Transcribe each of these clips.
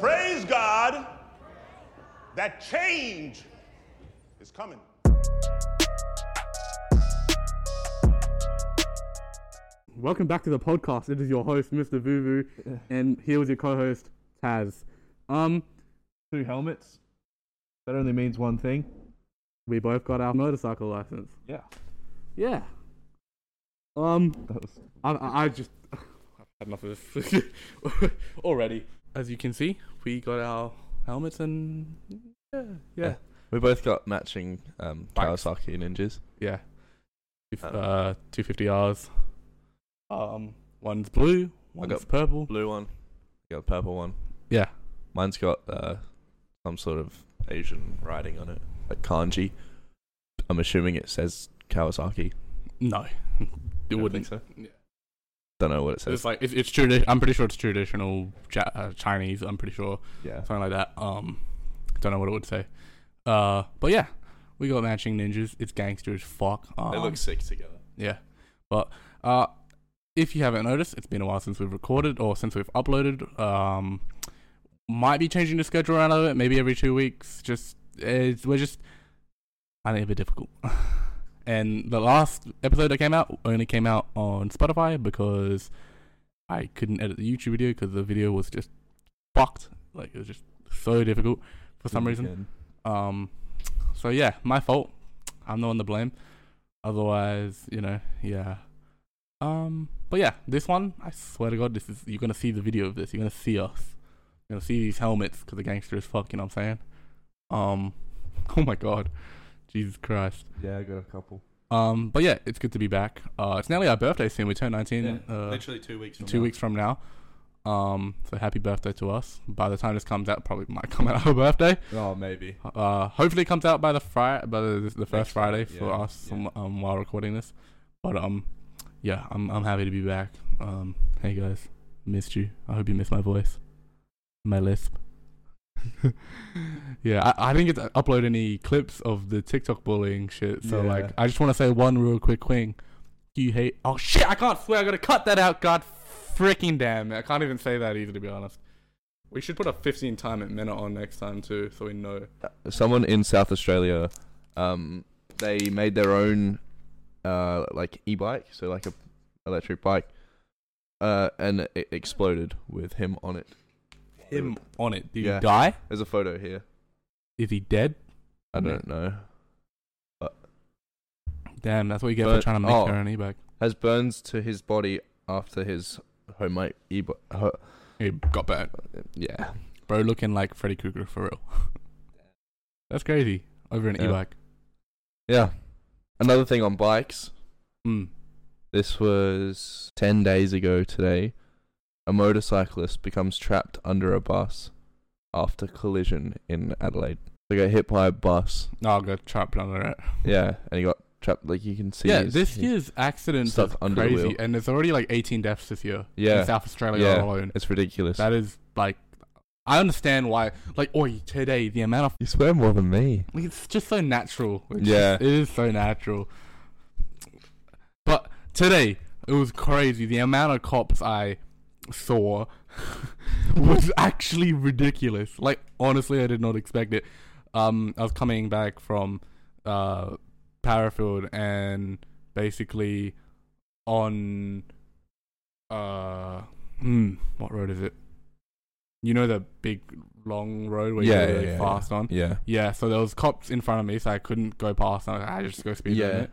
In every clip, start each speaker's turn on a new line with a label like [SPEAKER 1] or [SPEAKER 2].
[SPEAKER 1] Praise God that change is coming.
[SPEAKER 2] Welcome back to the podcast. It is your host, Mr. Vuvu, and here was your co-host, Taz. Um,
[SPEAKER 3] two helmets. That only means one thing.
[SPEAKER 2] we both got our motorcycle license.
[SPEAKER 3] Yeah,
[SPEAKER 2] Yeah. Um,
[SPEAKER 3] that was
[SPEAKER 2] I, I I just I've had enough of this already. As you can see, we got our helmets and yeah, yeah,
[SPEAKER 4] Yeah. We both got matching um,
[SPEAKER 2] Bikes.
[SPEAKER 4] Kawasaki ninjas.
[SPEAKER 2] yeah. If,
[SPEAKER 4] Um,
[SPEAKER 2] Uh, two fifty Rs. Um, one's blue, one's
[SPEAKER 4] got-
[SPEAKER 2] purple.
[SPEAKER 4] Blue one, got a purple one.
[SPEAKER 2] Yeah.
[SPEAKER 4] Mine's got uh, some sort of Asian writing on it, like kanji. I'm assuming it says Kawasaki.
[SPEAKER 2] No, it
[SPEAKER 4] You don't
[SPEAKER 2] wouldn't.
[SPEAKER 4] think so.
[SPEAKER 2] Yeah.
[SPEAKER 4] Don't know what it says.
[SPEAKER 2] It's like it's, it's tradi- I'm pretty sure it's traditional ja- uh, Chinese. I'm pretty sure
[SPEAKER 3] yeah.
[SPEAKER 2] something like that. Um, don't know what it would say. Uh, but yeah, we got matching ninjas. It's gangster as fuck. Um,
[SPEAKER 4] They look sick together.
[SPEAKER 2] yeah. But uh, if you haven't noticed, it's been a while since we've recorded or since we've uploaded. Um, might be changing the schedule around a bit. Maybe every two weeks. Just it's, we're just I think it's a bit difficult. and the last episode that came out only came out on Spotify because I couldn't edit the YouTube video because the video was just fucked. Like it was just so difficult for some reason. Um, so yeah, my fault. I'm the one to blame. Otherwise, you know, yeah. Um, but yeah, this one, I swear to God, this is you're gonna see the video of this. You're gonna see us. You're gonna see these helmets because the gangster is fuck. You know what I'm saying? Um, oh my God, Jesus Christ.
[SPEAKER 3] Yeah, I got a couple.
[SPEAKER 2] Um, but yeah, it's good to be back. Uh, it's nearly our birthday soon. We turn 19. uh,
[SPEAKER 4] Literally two weeks.
[SPEAKER 2] two weeks from now. Um, so happy birthday to us. By the time this comes out, probably might come out our birthday.
[SPEAKER 3] Oh, maybe.
[SPEAKER 2] Uh, hopefully it comes out by the Friday, by the, the first
[SPEAKER 3] Next
[SPEAKER 2] Friday
[SPEAKER 3] Friday,
[SPEAKER 2] for
[SPEAKER 3] yeah,
[SPEAKER 2] us
[SPEAKER 3] yeah.
[SPEAKER 2] um, um, while recording this. But um, yeah, I'm I'm happy to be back. Um, hey guys, missed you. I hope you missed my voice, my lisp. yeah, I, I didn't get to upload any clips of the TikTok bullying shit. So
[SPEAKER 3] Yeah.
[SPEAKER 2] like, I just want to say one real quick thing. You hate? Oh shit! I can't swear. I gotta cut that out. God freaking damn! I can't even say that either. To be honest, we should put a 15 time at minute on next time too, so we know.
[SPEAKER 4] Someone in South Australia, um, they made their own uh, like e-bike, so like a electric bike, uh, and it exploded with him on it.
[SPEAKER 2] him on it. Did
[SPEAKER 4] Yeah.
[SPEAKER 2] he die?
[SPEAKER 4] There's a photo here.
[SPEAKER 2] Is he dead?
[SPEAKER 4] I don't know.
[SPEAKER 2] Damn, that's what you get for
[SPEAKER 4] But-
[SPEAKER 2] trying to make
[SPEAKER 4] oh.
[SPEAKER 2] your own e-bike.
[SPEAKER 4] Has burns to his body after his home e ho-
[SPEAKER 2] He got burnt.
[SPEAKER 4] yeah.
[SPEAKER 2] Bro looking like Freddy Krueger for real. that's crazy. Over an
[SPEAKER 4] Yeah.
[SPEAKER 2] e-bike.
[SPEAKER 4] Yeah. Another thing on bikes.
[SPEAKER 2] Mm.
[SPEAKER 4] This was 10 days ago today. A motorcyclist becomes trapped under a bus after collision in Adelaide. They got hit by a bus.
[SPEAKER 2] No, I'll go trap under it.
[SPEAKER 4] Yeah, and he got trapped. Like you can see.
[SPEAKER 2] yeah,
[SPEAKER 4] his-
[SPEAKER 2] this
[SPEAKER 4] his-
[SPEAKER 2] year's accidents
[SPEAKER 4] stuff
[SPEAKER 2] is
[SPEAKER 4] under the
[SPEAKER 2] crazy.
[SPEAKER 4] wheel.
[SPEAKER 2] And there's already like 18 deaths this year in
[SPEAKER 4] Yeah.
[SPEAKER 2] South Australia
[SPEAKER 4] Yeah.
[SPEAKER 2] alone.
[SPEAKER 4] It's ridiculous.
[SPEAKER 2] That is like, I understand why. Like, oi, today, the amount of
[SPEAKER 4] you swear more than me.
[SPEAKER 2] Like, it's just so natural. It's
[SPEAKER 4] Yeah.
[SPEAKER 2] just- it is so natural. But today it was crazy. The amount of cops I saw was actually ridiculous. Like honestly, I did not expect it. Um, I was coming back from uh Parafield and basically on uh hmm, what road is it? You know the big long road where
[SPEAKER 4] Yeah,
[SPEAKER 2] you go
[SPEAKER 4] yeah,
[SPEAKER 2] really
[SPEAKER 4] yeah,
[SPEAKER 2] fast on.
[SPEAKER 4] Yeah.
[SPEAKER 2] Yeah, so there was cops in front of me, so I couldn't go past. And I, was like, "Ah, just go speed
[SPEAKER 4] Yeah.
[SPEAKER 2] limit.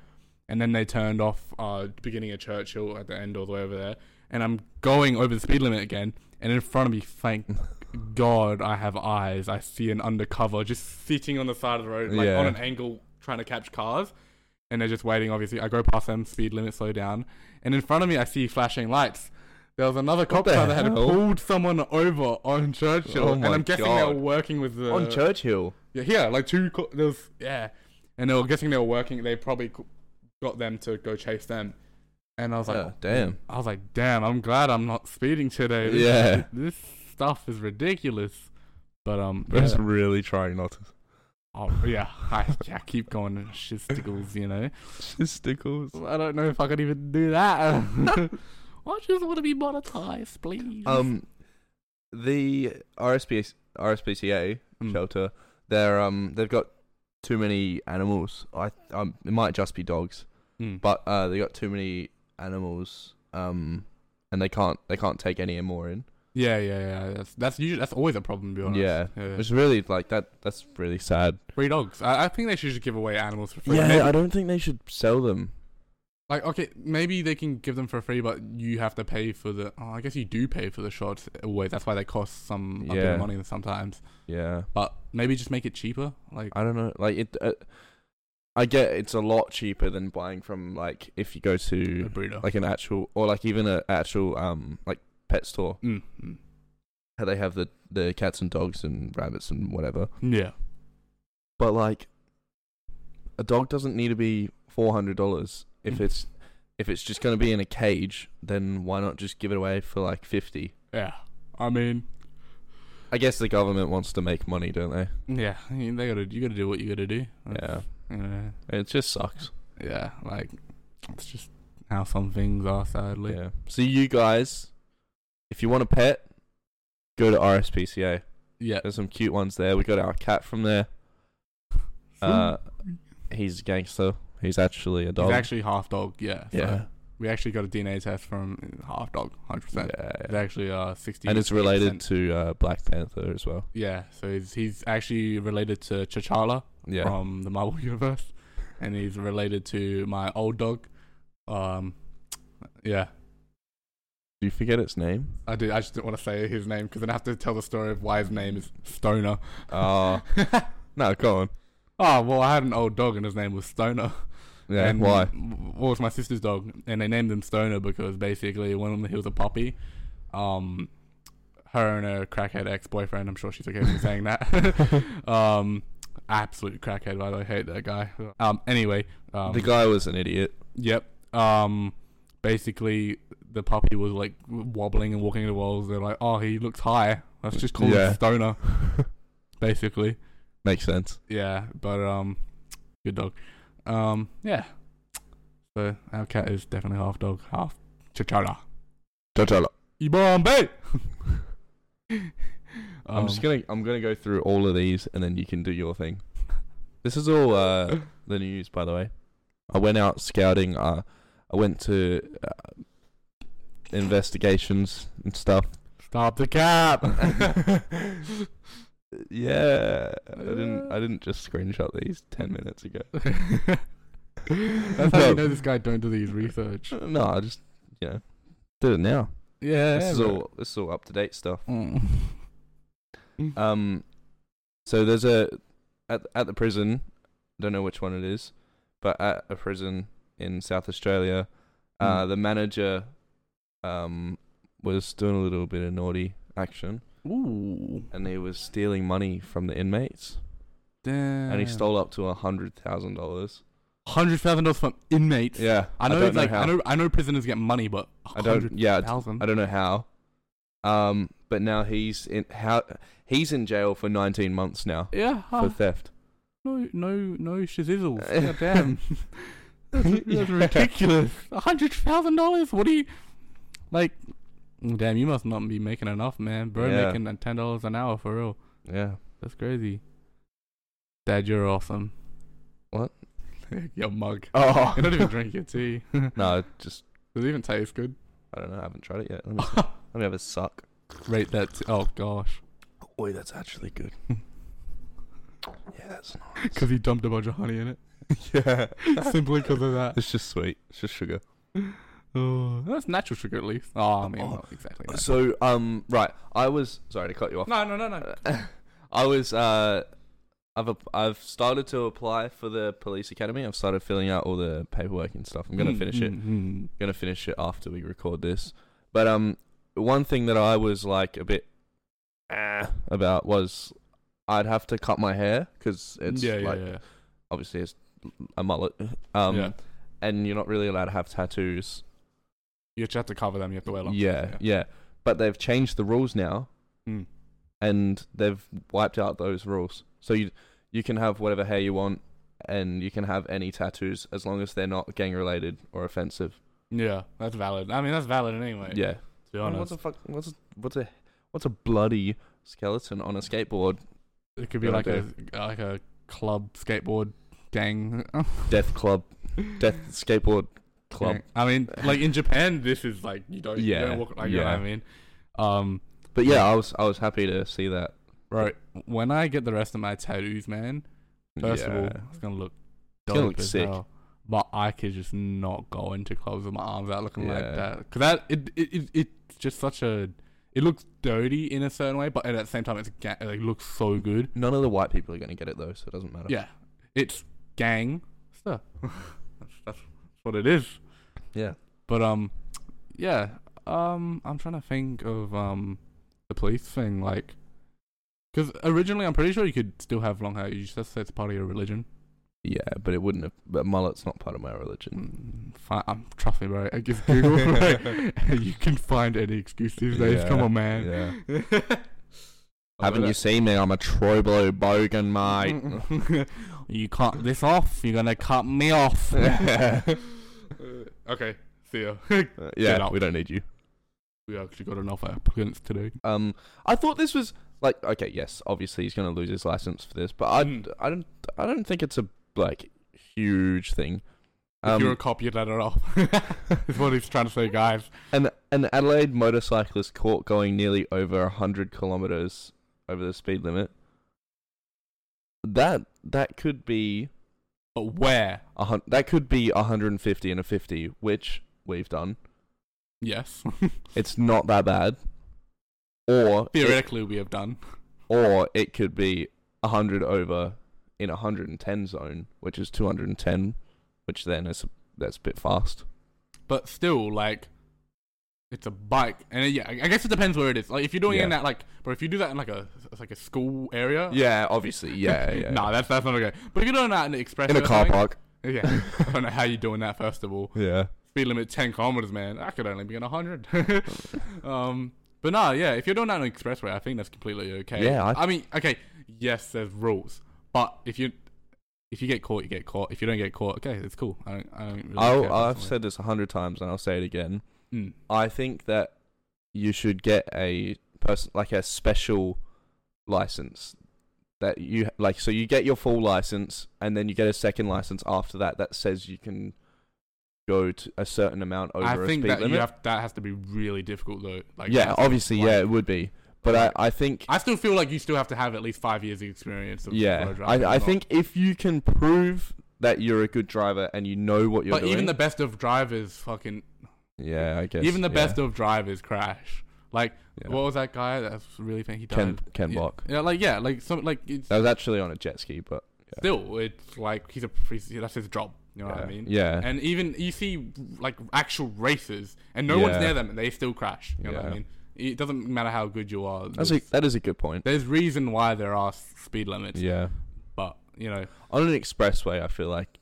[SPEAKER 2] And then they turned off uh, beginning of Churchill at the end all the way over there. And I'm going over the speed limit again. And in front of me, thank God I have eyes. I see an undercover just sitting on the side of the road, like
[SPEAKER 4] Yeah.
[SPEAKER 2] on an angle, trying to catch cars. And they're just waiting, obviously. I go past them, speed limit, slow down. And in front of me, I see flashing lights. There was another cop
[SPEAKER 4] the
[SPEAKER 2] car that had
[SPEAKER 4] hell?
[SPEAKER 2] pulled someone over on Churchill.
[SPEAKER 4] Oh
[SPEAKER 2] and
[SPEAKER 4] my
[SPEAKER 2] I'm guessing they were
[SPEAKER 4] God.
[SPEAKER 2] working with the.
[SPEAKER 4] on Churchill.
[SPEAKER 2] Yeah, here, like two. Co- there's yeah, and they were guessing they were working. They probably co- got them to go chase them. And I was like, oh,
[SPEAKER 4] Yeah, damn.
[SPEAKER 2] I was like, damn, I'm glad I'm not speeding today. This,
[SPEAKER 4] Yeah.
[SPEAKER 2] this stuff is ridiculous. But um,
[SPEAKER 4] I was
[SPEAKER 2] yeah.
[SPEAKER 4] really trying not to.
[SPEAKER 2] Oh, yeah, I, yeah, keep going and shitsticles, you know.
[SPEAKER 4] Stickles.
[SPEAKER 2] I don't know if I could even do that. I just want to be monetized, please.
[SPEAKER 4] Um, the RSPCA, RSPCA
[SPEAKER 2] Mm.
[SPEAKER 4] shelter, they're um they've got too many animals. I um, it might just be dogs,
[SPEAKER 2] Mm.
[SPEAKER 4] but uh they got too many animals. Um, and they can't they can't take any more in.
[SPEAKER 2] yeah, yeah, yeah. That's that's usually that's always a problem. To be honest.
[SPEAKER 4] Yeah.
[SPEAKER 2] yeah.
[SPEAKER 4] It's really like that. That's really sad.
[SPEAKER 2] Free dogs. I, I think they should just give away animals for free. Maybe-
[SPEAKER 4] I don't think they should sell them.
[SPEAKER 2] Like, okay, maybe they can give them for free, but you have to pay for the. Oh, I guess you do pay for the shots away. That's why they cost some a bit
[SPEAKER 4] Yeah.
[SPEAKER 2] of money sometimes.
[SPEAKER 4] Yeah,
[SPEAKER 2] But maybe just make it cheaper. Like,
[SPEAKER 4] I don't know. Like it, uh, I get it's a lot cheaper than buying from like if you go
[SPEAKER 2] a
[SPEAKER 4] to
[SPEAKER 2] breeder.
[SPEAKER 4] like an actual or like even a actual um like pet store.
[SPEAKER 2] mm, mm.
[SPEAKER 4] how they have the, the cats and dogs and rabbits and whatever.
[SPEAKER 2] yeah,
[SPEAKER 4] But like, a dog doesn't need to be four hundred dollars. If
[SPEAKER 2] Mm.
[SPEAKER 4] it's if it's just gonna be in a cage, then why not just give it away for like fifty?
[SPEAKER 2] yeah. I mean,
[SPEAKER 4] I guess the government wants to make money, don't they?
[SPEAKER 2] yeah. I mean, they gotta. You gotta do what you gotta do.
[SPEAKER 4] Yeah,
[SPEAKER 2] That's- Yeah.
[SPEAKER 4] it just sucks.
[SPEAKER 2] Yeah. Like, it's just how some things are. Sadly.
[SPEAKER 4] Yeah. So you guys, if you want a pet, go to RSPCA.
[SPEAKER 2] Yeah.
[SPEAKER 4] There's some cute ones there. We got our cat from there. Uh, he's a gangster. He's actually a dog.
[SPEAKER 2] He's actually half dog. Yeah. so
[SPEAKER 4] yeah.
[SPEAKER 2] We actually got a DNA test from half dog. Hundred percent.
[SPEAKER 4] yeah.
[SPEAKER 2] It's actually uh sixty.
[SPEAKER 4] and it's related to uh, Black Panther as well.
[SPEAKER 2] Yeah, so he's he's actually related to T'Challa
[SPEAKER 4] Yeah,
[SPEAKER 2] from the Marvel universe, and he's related to my old dog. Um, yeah,
[SPEAKER 4] do you forget its name?
[SPEAKER 2] I did. I just didn't want to say his name because then I have to tell the story of why his name is Stoner.
[SPEAKER 4] Oh no, go on.
[SPEAKER 2] oh well, I had an old dog and his name was Stoner.
[SPEAKER 4] Yeah,
[SPEAKER 2] and
[SPEAKER 4] why?
[SPEAKER 2] Well, it's my sister's dog, and they named him Stoner because basically when he was a puppy, um, her and her crackhead ex-boyfriend. I'm sure she's okay with me saying that. um, absolute crackhead. By the way, hate that guy. Um, anyway, um,
[SPEAKER 4] the guy was an idiot.
[SPEAKER 2] yep. Um, basically the puppy was like wobbling and walking into walls. They're like, oh, he looks high. Let's just call
[SPEAKER 4] Yeah.
[SPEAKER 2] him Stoner. basically,
[SPEAKER 4] Makes sense.
[SPEAKER 2] yeah. But um, good dog. Um, yeah. So our cat is definitely half dog, half chichara.
[SPEAKER 4] T'Challa.
[SPEAKER 2] Ibombe.
[SPEAKER 4] I'm
[SPEAKER 2] Um,
[SPEAKER 4] just gonna I'm gonna go through all of these and then you can do your thing. This is all uh, the news, by the way. I went out scouting. Uh, I went to uh, investigations and stuff.
[SPEAKER 2] stop the cap.
[SPEAKER 4] Yeah, I didn't. I didn't just screenshot these ten minutes ago.
[SPEAKER 2] That's how you know this guy don't do these research.
[SPEAKER 4] No, I just you know did it now.
[SPEAKER 2] Yeah.
[SPEAKER 4] This is all this is all up to date stuff.
[SPEAKER 2] Mm.
[SPEAKER 4] Um, so there's a at at the prison. Don't know which one it is, but at a prison in South Australia, uh,
[SPEAKER 2] Mm.
[SPEAKER 4] the manager um was doing a little bit of naughty action,
[SPEAKER 2] Ooh.
[SPEAKER 4] and he was stealing money from the inmates,
[SPEAKER 2] Damn.
[SPEAKER 4] and he stole up to a hundred thousand dollars.
[SPEAKER 2] hundred thousand dollars from inmates.
[SPEAKER 4] Yeah,
[SPEAKER 2] I know.
[SPEAKER 4] don't
[SPEAKER 2] it's like
[SPEAKER 4] how.
[SPEAKER 2] I know. I know prisoners get money, but
[SPEAKER 4] I don't. Yeah, I
[SPEAKER 2] thousand.
[SPEAKER 4] I don't know how. Um, but now he's in how he's in jail for 19 months now
[SPEAKER 2] Yeah.
[SPEAKER 4] for
[SPEAKER 2] huh.
[SPEAKER 4] theft.
[SPEAKER 2] no. No. No shizzles.
[SPEAKER 4] Uh,
[SPEAKER 2] God damn. that's, that's ridiculous. hundred thousand dollars. What do you like? Damn, you must not be making enough, man. Bro,
[SPEAKER 4] Yeah.
[SPEAKER 2] making uh, ten dollars an hour for real.
[SPEAKER 4] Yeah.
[SPEAKER 2] That's crazy. Dad, you're awesome.
[SPEAKER 4] What?
[SPEAKER 2] Your mug.
[SPEAKER 4] Oh.
[SPEAKER 2] You don't even drink your tea.
[SPEAKER 4] No, it just
[SPEAKER 2] Does it even taste good?
[SPEAKER 4] I don't know. I haven't tried it yet. Let me, let me have a suck.
[SPEAKER 2] Rate that. T- oh gosh,
[SPEAKER 4] Oi, that's actually good. yeah, that's
[SPEAKER 2] because he dumped a bunch of honey in it.
[SPEAKER 4] yeah.
[SPEAKER 2] Simply because of that.
[SPEAKER 4] It's just sweet. It's just sugar.
[SPEAKER 2] Oh, that's natural sugar at least. Oh, I mean,
[SPEAKER 4] Oh.
[SPEAKER 2] not exactly. That.
[SPEAKER 4] So, um, right. I was sorry to cut you off.
[SPEAKER 2] No, no, no, no.
[SPEAKER 4] I was uh, I've ap- I've started to apply for the police academy. I've started filling out all the paperwork and stuff. I'm gonna finish it.
[SPEAKER 2] Mm,
[SPEAKER 4] gonna finish it after we record this. But um, one thing that I was like a bit eh, about was I'd have to cut my hair because it's
[SPEAKER 2] yeah, yeah,
[SPEAKER 4] like
[SPEAKER 2] yeah.
[SPEAKER 4] obviously it's a mullet, um,
[SPEAKER 2] yeah.
[SPEAKER 4] and you're not really allowed to have tattoos.
[SPEAKER 2] You just have to cover them. You have to wear
[SPEAKER 4] Yeah,
[SPEAKER 2] long.
[SPEAKER 4] yeah, But they've changed the rules now,
[SPEAKER 2] Mm.
[SPEAKER 4] and they've wiped out those rules. So you you can have whatever hair you want, and you can have any tattoos as long as they're not gang related or offensive.
[SPEAKER 2] yeah, that's valid. I mean, that's valid anyway.
[SPEAKER 4] Yeah.
[SPEAKER 2] To be
[SPEAKER 4] And
[SPEAKER 2] honest.
[SPEAKER 4] What's a fuck? What's a, what's a What's a bloody skeleton on a skateboard?
[SPEAKER 2] It could be
[SPEAKER 4] Good
[SPEAKER 2] like a like a club skateboard gang.
[SPEAKER 4] Death club, death skateboard club.
[SPEAKER 2] Yeah. I mean, like in Japan, this is like you don't. Yeah. You
[SPEAKER 4] Yeah,
[SPEAKER 2] don't walk, like, You know what I
[SPEAKER 4] yeah.
[SPEAKER 2] mean, um,
[SPEAKER 4] But yeah, I was I was happy to see that.
[SPEAKER 2] right. When I get the rest of my tattoos, man. First of all,
[SPEAKER 4] Yeah.
[SPEAKER 2] it's gonna look dope
[SPEAKER 4] gonna look
[SPEAKER 2] as
[SPEAKER 4] sick.
[SPEAKER 2] hell. But I could just not go into clubs with my arms out looking like
[SPEAKER 4] Yeah.
[SPEAKER 2] that because that it, it it it's just such a it looks dirty in a certain way, but at the same time, it's ga- it like, looks so good.
[SPEAKER 4] none of the white people are going to get it though, so it doesn't matter.
[SPEAKER 2] Yeah, it's gang stuff. that's, that's what it is.
[SPEAKER 4] yeah.
[SPEAKER 2] But um, yeah. Um, I'm trying to think of um, the police thing, like, because originally I'm pretty sure you could still have long hair. You just said it's part of your religion.
[SPEAKER 4] Yeah, but it wouldn't have. But mullet's not part of my religion.
[SPEAKER 2] Mm, Fi I'm trust me, bro. I just Google, right? you can find any excuse these days. Come
[SPEAKER 4] Yeah,
[SPEAKER 2] on, man.
[SPEAKER 4] Yeah.
[SPEAKER 2] I
[SPEAKER 4] Haven't
[SPEAKER 2] bet
[SPEAKER 4] you seen me? I'm a Troblo Bogan, mate.
[SPEAKER 2] it- you cut this off. You're gonna cut me off. okay, see ya.
[SPEAKER 4] Uh,
[SPEAKER 2] Get
[SPEAKER 4] yeah,
[SPEAKER 2] up.
[SPEAKER 4] we don't need you.
[SPEAKER 2] we actually got enough applicants today.
[SPEAKER 4] Um, I thought this was like okay, yes, obviously he's going to lose his license for this, but I,
[SPEAKER 2] Mm.
[SPEAKER 4] I don't, I don't think it's a like huge thing.
[SPEAKER 2] if you're a
[SPEAKER 4] Um,
[SPEAKER 2] cop, you let it off. That's what he's trying to say, guys.
[SPEAKER 4] an an Adelaide motorcyclist caught going nearly over hundred kilometers over the speed limit. That that could be
[SPEAKER 2] But where?
[SPEAKER 4] a hun- that could be 150 and a 50, which we've done.
[SPEAKER 2] Yes.
[SPEAKER 4] It's not that bad. Or it,
[SPEAKER 2] Theoretically, we have done.
[SPEAKER 4] or it could be 100 over in a 110 zone, which is 210, which then is that's a bit fast.
[SPEAKER 2] But still, like, it's a bike. And uh, yeah, I I guess it depends where it is. Like, if you're doing it in
[SPEAKER 4] Yeah.
[SPEAKER 2] that, like, but if you do that in, like, a it's like a school area.
[SPEAKER 4] Yeah, obviously. Yeah, yeah.
[SPEAKER 2] Oh. nah, that's that's not okay. But if you're doing that in the express
[SPEAKER 4] in a
[SPEAKER 2] or
[SPEAKER 4] car
[SPEAKER 2] something-
[SPEAKER 4] park.
[SPEAKER 2] Yeah. I don't know how you're doing that, first of all.
[SPEAKER 4] Yeah.
[SPEAKER 2] speed limit 10 kilometers, man. I could only be in 100. um, but no, yeah, if you're doing that on an expressway, I think that's completely okay.
[SPEAKER 4] Yeah, I-
[SPEAKER 2] I, mean, okay, yes, there's rules, but if you if you get caught, you get caught. If you don't get caught, okay, it's cool. I don't, I don't really care
[SPEAKER 4] I'll, I've
[SPEAKER 2] personally.
[SPEAKER 4] said this a 100 times and I'll say it again.
[SPEAKER 2] Mm.
[SPEAKER 4] I think that you should get a person like a special license that you like so you get your full license and then you get a second license after that that says you can go to a certain amount over
[SPEAKER 2] I
[SPEAKER 4] a
[SPEAKER 2] think
[SPEAKER 4] speed
[SPEAKER 2] that
[SPEAKER 4] limit.
[SPEAKER 2] you have that has to be really difficult though. Like,
[SPEAKER 4] yeah,
[SPEAKER 2] that's-
[SPEAKER 4] obviously
[SPEAKER 2] like-
[SPEAKER 4] yeah, it would be. But I I think
[SPEAKER 2] I still feel like you still have to have at least five years of experience. Of
[SPEAKER 4] yeah,
[SPEAKER 2] photo driving
[SPEAKER 4] I I
[SPEAKER 2] as well.
[SPEAKER 4] think if you can prove that you're a good driver and you know what you're
[SPEAKER 2] But
[SPEAKER 4] doing.
[SPEAKER 2] even the best of drivers, fucking
[SPEAKER 4] yeah, I guess.
[SPEAKER 2] even the
[SPEAKER 4] yeah,
[SPEAKER 2] best of drivers crash. Like,
[SPEAKER 4] yeah.
[SPEAKER 2] what was that guy? That's really think he died.
[SPEAKER 4] Ken Ken
[SPEAKER 2] yeah.
[SPEAKER 4] Block.
[SPEAKER 2] Yeah, like yeah, like some like it's
[SPEAKER 4] That was actually on a jet ski, but
[SPEAKER 2] still it's like he's a he's, that's his job. You know what I mean?
[SPEAKER 4] Yeah.
[SPEAKER 2] And even you see like actual races, and no one's
[SPEAKER 4] Yeah.
[SPEAKER 2] near them, and they still crash. You know what I
[SPEAKER 4] Yeah.
[SPEAKER 2] mean? It doesn't matter how good you are.
[SPEAKER 4] That's a,
[SPEAKER 2] there's,
[SPEAKER 4] that is a good point.
[SPEAKER 2] there's reason why there are s- speed limits,
[SPEAKER 4] Yeah.
[SPEAKER 2] but you know,
[SPEAKER 4] On an expressway, I feel like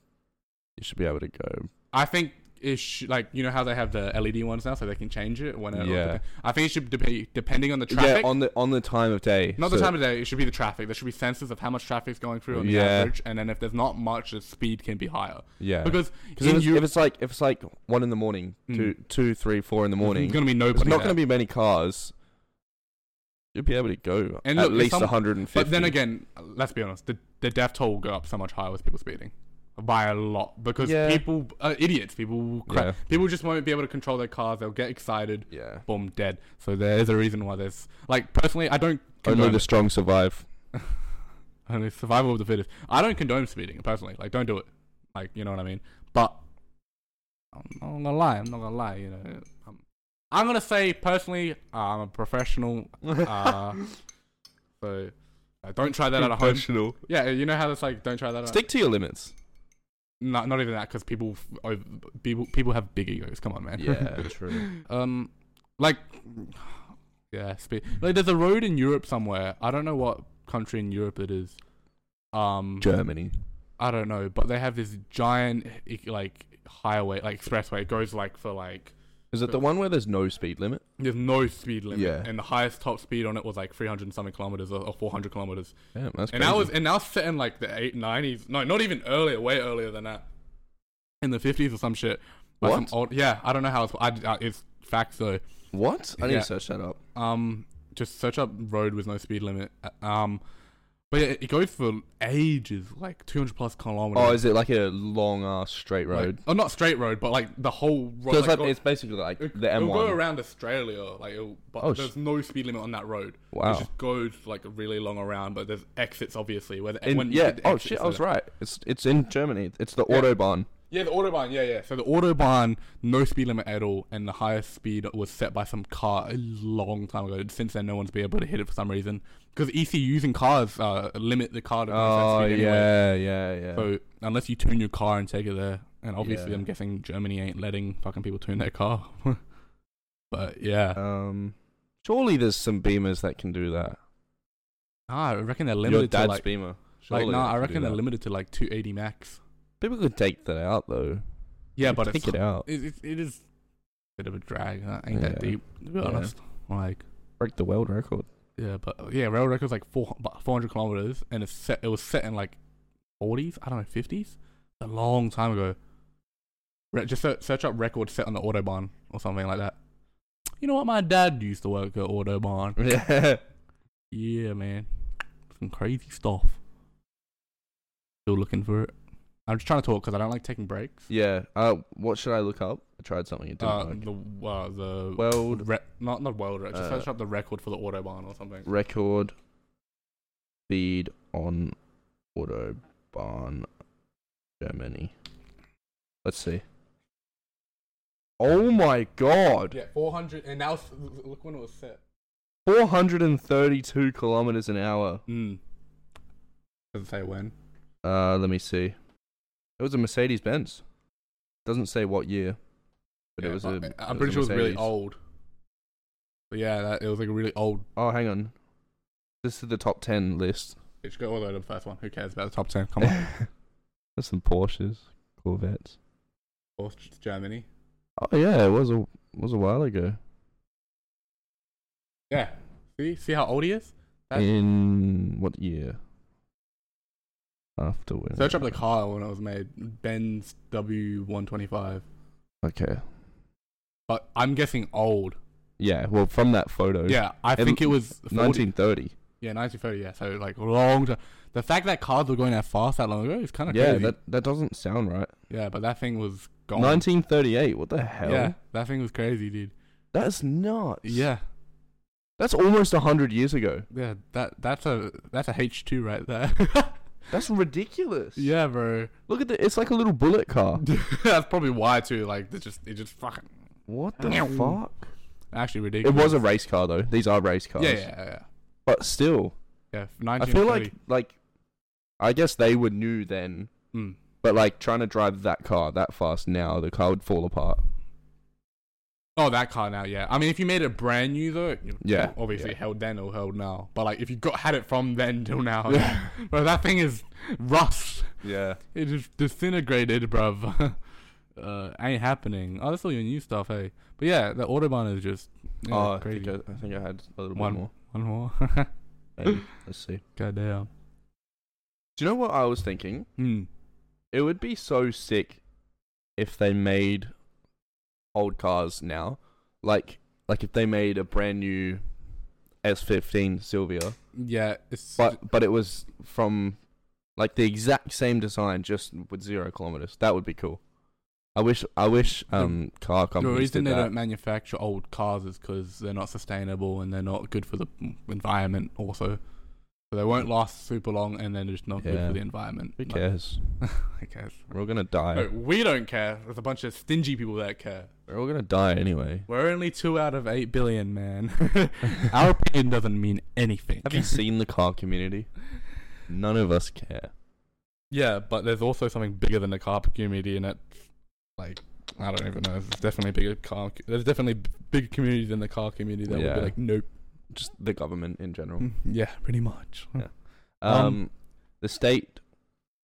[SPEAKER 4] you should be able to go.
[SPEAKER 2] I think it sh- like you know how they have the LED ones now, so they can change it whenever.
[SPEAKER 4] Yeah.
[SPEAKER 2] I think it should be depending on the traffic.
[SPEAKER 4] Yeah, on the on the time of day.
[SPEAKER 2] Not the
[SPEAKER 4] so-
[SPEAKER 2] time of day. It should be the traffic. There should be sensors of how much traffic's going through on the
[SPEAKER 4] Yeah.
[SPEAKER 2] average, and then if there's not much, the speed can be higher.
[SPEAKER 4] Yeah.
[SPEAKER 2] Because
[SPEAKER 4] Because if,
[SPEAKER 2] in
[SPEAKER 4] it's- if
[SPEAKER 2] Europe,
[SPEAKER 4] it's like if it's like one in the morning,
[SPEAKER 2] Mm.
[SPEAKER 4] two, two, three, four in the morning,
[SPEAKER 2] there's gonna be
[SPEAKER 4] there's
[SPEAKER 2] nobody.
[SPEAKER 4] not
[SPEAKER 2] there.
[SPEAKER 4] going to be many cars. You'll be able to go
[SPEAKER 2] And
[SPEAKER 4] at
[SPEAKER 2] look, if
[SPEAKER 4] least
[SPEAKER 2] some-
[SPEAKER 4] 150.
[SPEAKER 2] But then again, let's be honest. The the death toll will go up so much higher with people speeding by a lot because
[SPEAKER 4] Yeah.
[SPEAKER 2] people are idiots. People will cra-
[SPEAKER 4] Yeah.
[SPEAKER 2] people just won't be able to control their cars. They'll get excited.
[SPEAKER 4] yeah,
[SPEAKER 2] Boom, dead. So there's a reason why there's like personally, I don't
[SPEAKER 4] only
[SPEAKER 2] condone
[SPEAKER 4] the strong survive.
[SPEAKER 2] Only survival of the fittest. I don't condone speeding personally. Like, don't do it. Like, you know what I mean. But I'm not gonna lie. I'm not gonna lie. You know, I'm, I'm gonna say personally, I'm a professional. Uh, so uh, don't try that at home. Yeah, you know how it's like. Don't try that. At,
[SPEAKER 4] Stick to your limits.
[SPEAKER 2] not not even that because people f- over, people people have big egos. Come on, man.
[SPEAKER 4] true.
[SPEAKER 2] um, like, yeah, spe- like there's a road in Europe somewhere. I don't know what country in Europe it is. Um,
[SPEAKER 4] Germany.
[SPEAKER 2] I don't know, but they have this giant i- like highway, like expressway. It goes like for like
[SPEAKER 4] Is it the one where there's no speed limit?
[SPEAKER 2] there's no speed limit,
[SPEAKER 4] Yeah.
[SPEAKER 2] and the highest top speed on it was like 300 and something kilometers or, or 400 kilometers.
[SPEAKER 4] Yeah, that's
[SPEAKER 2] And that was and that was set in like the eight nineties. No, not even earlier, way earlier than that. In the 50s or some shit. By Some
[SPEAKER 4] What?
[SPEAKER 2] old, yeah, I don't know how it's. I, I, it's facts though.
[SPEAKER 4] what? I need
[SPEAKER 2] Yeah.
[SPEAKER 4] to search that up.
[SPEAKER 2] Um, just search up road with no speed limit. Uh, Um, but yeah, it it goes for ages, like 200 plus kilometers.
[SPEAKER 4] Oh, is it like a long ass straight
[SPEAKER 2] Like-
[SPEAKER 4] road?
[SPEAKER 2] oh, not straight road, but like the whole road.
[SPEAKER 4] so it's like,
[SPEAKER 2] go-
[SPEAKER 4] it's basically like
[SPEAKER 2] it-
[SPEAKER 4] the
[SPEAKER 2] it'll go
[SPEAKER 4] M1.
[SPEAKER 2] around Australia, like, it'll, but
[SPEAKER 4] Oh, sh-
[SPEAKER 2] there's no speed limit on that road.
[SPEAKER 4] Wow.
[SPEAKER 2] It just goes like really long around, but there's exits obviously. Where the,
[SPEAKER 4] In-
[SPEAKER 2] when you
[SPEAKER 4] yeah.
[SPEAKER 2] hit the
[SPEAKER 4] Oh
[SPEAKER 2] exit,
[SPEAKER 4] shit,
[SPEAKER 2] so
[SPEAKER 4] I was
[SPEAKER 2] that-
[SPEAKER 4] right. It's it's in Germany. It's the autobahn.
[SPEAKER 2] Yeah, the autobahn. Yeah, yeah. So the autobahn, no speed limit at all, and the highest speed was set by some car a long time ago. Since then, no one's been able to hit it for some reason E because ECUs and cars uh, limit the car to
[SPEAKER 4] Oh
[SPEAKER 2] 27 speed anyway.
[SPEAKER 4] yeah, yeah, yeah.
[SPEAKER 2] So unless you tune your car and take it there, and obviously
[SPEAKER 4] Yeah.
[SPEAKER 2] I'm guessing Germany ain't letting fucking people tune their car. but yeah,
[SPEAKER 4] um, surely there's some beamers that can do that.
[SPEAKER 2] nah, I reckon they're
[SPEAKER 4] Your
[SPEAKER 2] limited to
[SPEAKER 4] dad's
[SPEAKER 2] like,
[SPEAKER 4] beamer.
[SPEAKER 2] like
[SPEAKER 4] Surely
[SPEAKER 2] nah,
[SPEAKER 4] they
[SPEAKER 2] I
[SPEAKER 4] can do
[SPEAKER 2] reckon they're
[SPEAKER 4] that.
[SPEAKER 2] limited to like 280 max.
[SPEAKER 4] People could take that out though.
[SPEAKER 2] Yeah,
[SPEAKER 4] Could
[SPEAKER 2] but
[SPEAKER 4] take
[SPEAKER 2] it's
[SPEAKER 4] it out.
[SPEAKER 2] It, it, it is a bit of a drag. That ain't that
[SPEAKER 4] Yeah.
[SPEAKER 2] deep to be
[SPEAKER 4] Yeah.
[SPEAKER 2] honest. Like.
[SPEAKER 4] Break the world record.
[SPEAKER 2] Yeah, but uh, yeah, rail record's like four four hundred kilometers, and it's set. It was set in like forties, I don't know, fifties, a long time ago. Re- just search, search up record set on the autobahn or something like that. You know what? My dad used to work at autobahn.
[SPEAKER 4] yeah.
[SPEAKER 2] Yeah, man, some crazy stuff. Still looking for it. I'm just trying to talk because I don't like taking breaks.
[SPEAKER 4] Yeah. Uh, what should I look up? I tried something. It didn't
[SPEAKER 2] Uh,
[SPEAKER 4] work.
[SPEAKER 2] the uh, the
[SPEAKER 4] World
[SPEAKER 2] re- not not world record. Just
[SPEAKER 4] Uh,
[SPEAKER 2] search up the record for the autobahn or something.
[SPEAKER 4] record speed on autobahn Germany. Let's see. Oh my god.
[SPEAKER 2] Yeah, four hundred, and now s- look when it was set.
[SPEAKER 4] 432 kilometers an hour.
[SPEAKER 2] Mm. Doesn't say when.
[SPEAKER 4] Uh, let me see. It was a Mercedes Benz. Doesn't say what year, but it was a.
[SPEAKER 2] I- I'm
[SPEAKER 4] a
[SPEAKER 2] pretty sure it was really
[SPEAKER 4] Mercedes.
[SPEAKER 2] old. But yeah, that, it was like a really old.
[SPEAKER 4] Oh, hang on. This is the top 10 list.
[SPEAKER 2] It should go all the way to the first one. Who cares about the top ten? Come on,
[SPEAKER 4] There's some Porsches, Corvettes.
[SPEAKER 2] Or it's just Germany.
[SPEAKER 4] Oh yeah, it was a was a while ago.
[SPEAKER 2] Yeah. See, see how old he is. That-
[SPEAKER 4] In what year? After when?
[SPEAKER 2] Search up the car when it was made. Benz W125.
[SPEAKER 4] Okay.
[SPEAKER 2] But I'm guessing old.
[SPEAKER 4] Yeah. Well, from that photo.
[SPEAKER 2] Yeah, I
[SPEAKER 4] And
[SPEAKER 2] think it was 40,
[SPEAKER 4] 1930.
[SPEAKER 2] Yeah, 1930. Yeah, so like long time. The fact that cars were going that fast that long ago is kind of
[SPEAKER 4] Yeah,
[SPEAKER 2] crazy.
[SPEAKER 4] that that doesn't sound right.
[SPEAKER 2] yeah, but that thing was gone.
[SPEAKER 4] 1938. What the hell?
[SPEAKER 2] yeah, that thing was crazy, dude.
[SPEAKER 4] That's nuts.
[SPEAKER 2] Yeah.
[SPEAKER 4] That's almost 100 years ago.
[SPEAKER 2] Yeah, that that's a that's a H two right there.
[SPEAKER 4] That's ridiculous.
[SPEAKER 2] yeah, bro.
[SPEAKER 4] Look at the. It's like a little bullet car.
[SPEAKER 2] that's probably why too. Like they just it just fucking
[SPEAKER 4] What the
[SPEAKER 2] Meow.
[SPEAKER 4] fuck?
[SPEAKER 2] actually
[SPEAKER 4] It
[SPEAKER 2] ridiculous.
[SPEAKER 4] was a race car though. These are race cars.
[SPEAKER 2] yeah, yeah, yeah, yeah.
[SPEAKER 4] But still,
[SPEAKER 2] yeah
[SPEAKER 4] I
[SPEAKER 2] Nineteen.
[SPEAKER 4] feel like like I guess they were new then.
[SPEAKER 2] mm.
[SPEAKER 4] But like trying to drive that car that fast now, the car would fall apart.
[SPEAKER 2] oh that car now. Yeah, I mean if you made it brand new though, it-
[SPEAKER 4] Yeah,
[SPEAKER 2] obviously
[SPEAKER 4] yeah.
[SPEAKER 2] held then or held now. But like if you got had it from then till now, bro, that thing is rust.
[SPEAKER 4] Yeah.
[SPEAKER 2] It just disintegrated, bruv. Uh, ain't happening. Oh, that's all your new stuff, hey. But yeah, the autobahn is just yeah,
[SPEAKER 4] oh, I
[SPEAKER 2] crazy.
[SPEAKER 4] think I, I think I had a little
[SPEAKER 2] One.
[SPEAKER 4] bit
[SPEAKER 2] One more.
[SPEAKER 4] more. Maybe. Let's see.
[SPEAKER 2] Goddamn.
[SPEAKER 4] Do you know what I was thinking?
[SPEAKER 2] Hmm.
[SPEAKER 4] It would be so sick if they made old cars now, like like if they made a brand new S15 Silvia,
[SPEAKER 2] Yeah, it's
[SPEAKER 4] but but it was from like the exact same design, just with zero kilometers. That would be cool. I wish I wish um car
[SPEAKER 2] the
[SPEAKER 4] companies
[SPEAKER 2] reason
[SPEAKER 4] did
[SPEAKER 2] they
[SPEAKER 4] that.
[SPEAKER 2] don't manufacture old cars is because they're not sustainable and they're not good for the environment. Also, so they won't last super long, and they're just not good
[SPEAKER 4] Yeah.
[SPEAKER 2] for the environment.
[SPEAKER 4] Who
[SPEAKER 2] Like,
[SPEAKER 4] cares?
[SPEAKER 2] I guess.
[SPEAKER 4] We're all gonna die.
[SPEAKER 2] No, we don't care. There's a bunch of stingy people that care.
[SPEAKER 4] We're all gonna die anyway.
[SPEAKER 2] We're only two out of eight billion, man. Our opinion doesn't mean anything.
[SPEAKER 4] Have you seen the car community? None of us care.
[SPEAKER 2] Yeah, but there's also something bigger than the car community, and it's like I don't even know. There's definitely bigger car. There's definitely b- bigger community than the car community that would
[SPEAKER 4] Yeah.
[SPEAKER 2] be like, nope.
[SPEAKER 4] Just the government in general.
[SPEAKER 2] Mm, Yeah, pretty much.
[SPEAKER 4] Yeah.
[SPEAKER 2] Um,
[SPEAKER 4] Um, the state,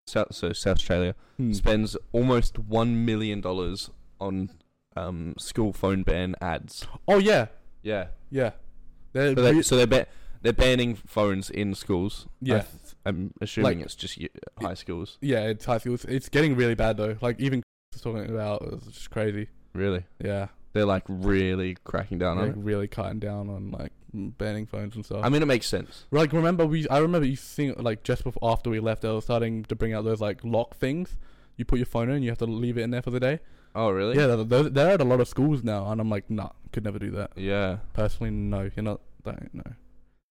[SPEAKER 4] South, so South Australia,
[SPEAKER 2] Hmm.
[SPEAKER 4] spends almost one million dollars on um, school phone ban ads.
[SPEAKER 2] Oh yeah,
[SPEAKER 4] Yeah.
[SPEAKER 2] yeah. They're
[SPEAKER 4] So, they,
[SPEAKER 2] re-
[SPEAKER 4] so they're ba- they're banning phones in schools.
[SPEAKER 2] Yeah.
[SPEAKER 4] I th- I'm assuming
[SPEAKER 2] Like-
[SPEAKER 4] it's just y- high schools.
[SPEAKER 2] yeah, it's high school. It's, it's getting really bad though. Like even was talking about it's just crazy.
[SPEAKER 4] Really.
[SPEAKER 2] Yeah,
[SPEAKER 4] They're like really cracking down on
[SPEAKER 2] like
[SPEAKER 4] it.
[SPEAKER 2] really cutting down on like banning phones and stuff.
[SPEAKER 4] I mean, it makes sense.
[SPEAKER 2] Like remember we I remember you seeing like just before after we left they were starting to bring out those like lock things. You put your phone in, you have to leave it in there for the day.
[SPEAKER 4] Oh, really?
[SPEAKER 2] Yeah, they're, they're, they're at a lot of schools now, and I'm like, nah, could never do that.
[SPEAKER 4] Yeah.
[SPEAKER 2] Personally, no, you're not. Don't no,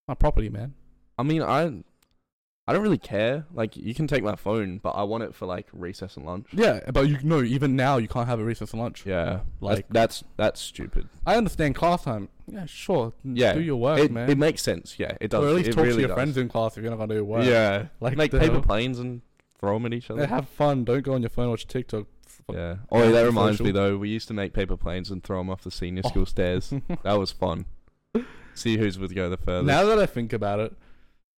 [SPEAKER 2] my property, man.
[SPEAKER 4] I mean, I I don't really care. Like, you can take my phone, but I want it for like recess and lunch.
[SPEAKER 2] Yeah, but you know, even now you can't have a recess and lunch.
[SPEAKER 4] Yeah.
[SPEAKER 2] Like-
[SPEAKER 4] Like that's that's, stupid.
[SPEAKER 2] I understand class time. Yeah, sure.
[SPEAKER 4] Yeah.
[SPEAKER 2] do your work,
[SPEAKER 4] it,
[SPEAKER 2] man.
[SPEAKER 4] It makes sense. Yeah, it does.
[SPEAKER 2] or at least
[SPEAKER 4] it
[SPEAKER 2] talk
[SPEAKER 4] really
[SPEAKER 2] to your
[SPEAKER 4] does.
[SPEAKER 2] friends in class if you're not gonna do your work.
[SPEAKER 4] Yeah.
[SPEAKER 2] like
[SPEAKER 4] Make
[SPEAKER 2] the-
[SPEAKER 4] paper planes and throw them at each
[SPEAKER 2] Yeah,
[SPEAKER 4] other.
[SPEAKER 2] have fun. Don't go on your phone watch TikTok.
[SPEAKER 4] Yeah. Oh, that reminds me
[SPEAKER 2] Social.
[SPEAKER 4] though. We used to make paper planes and throw them off the senior
[SPEAKER 2] Oh.
[SPEAKER 4] school stairs. That was fun. See who's would go the furthest.
[SPEAKER 2] now that I think about it,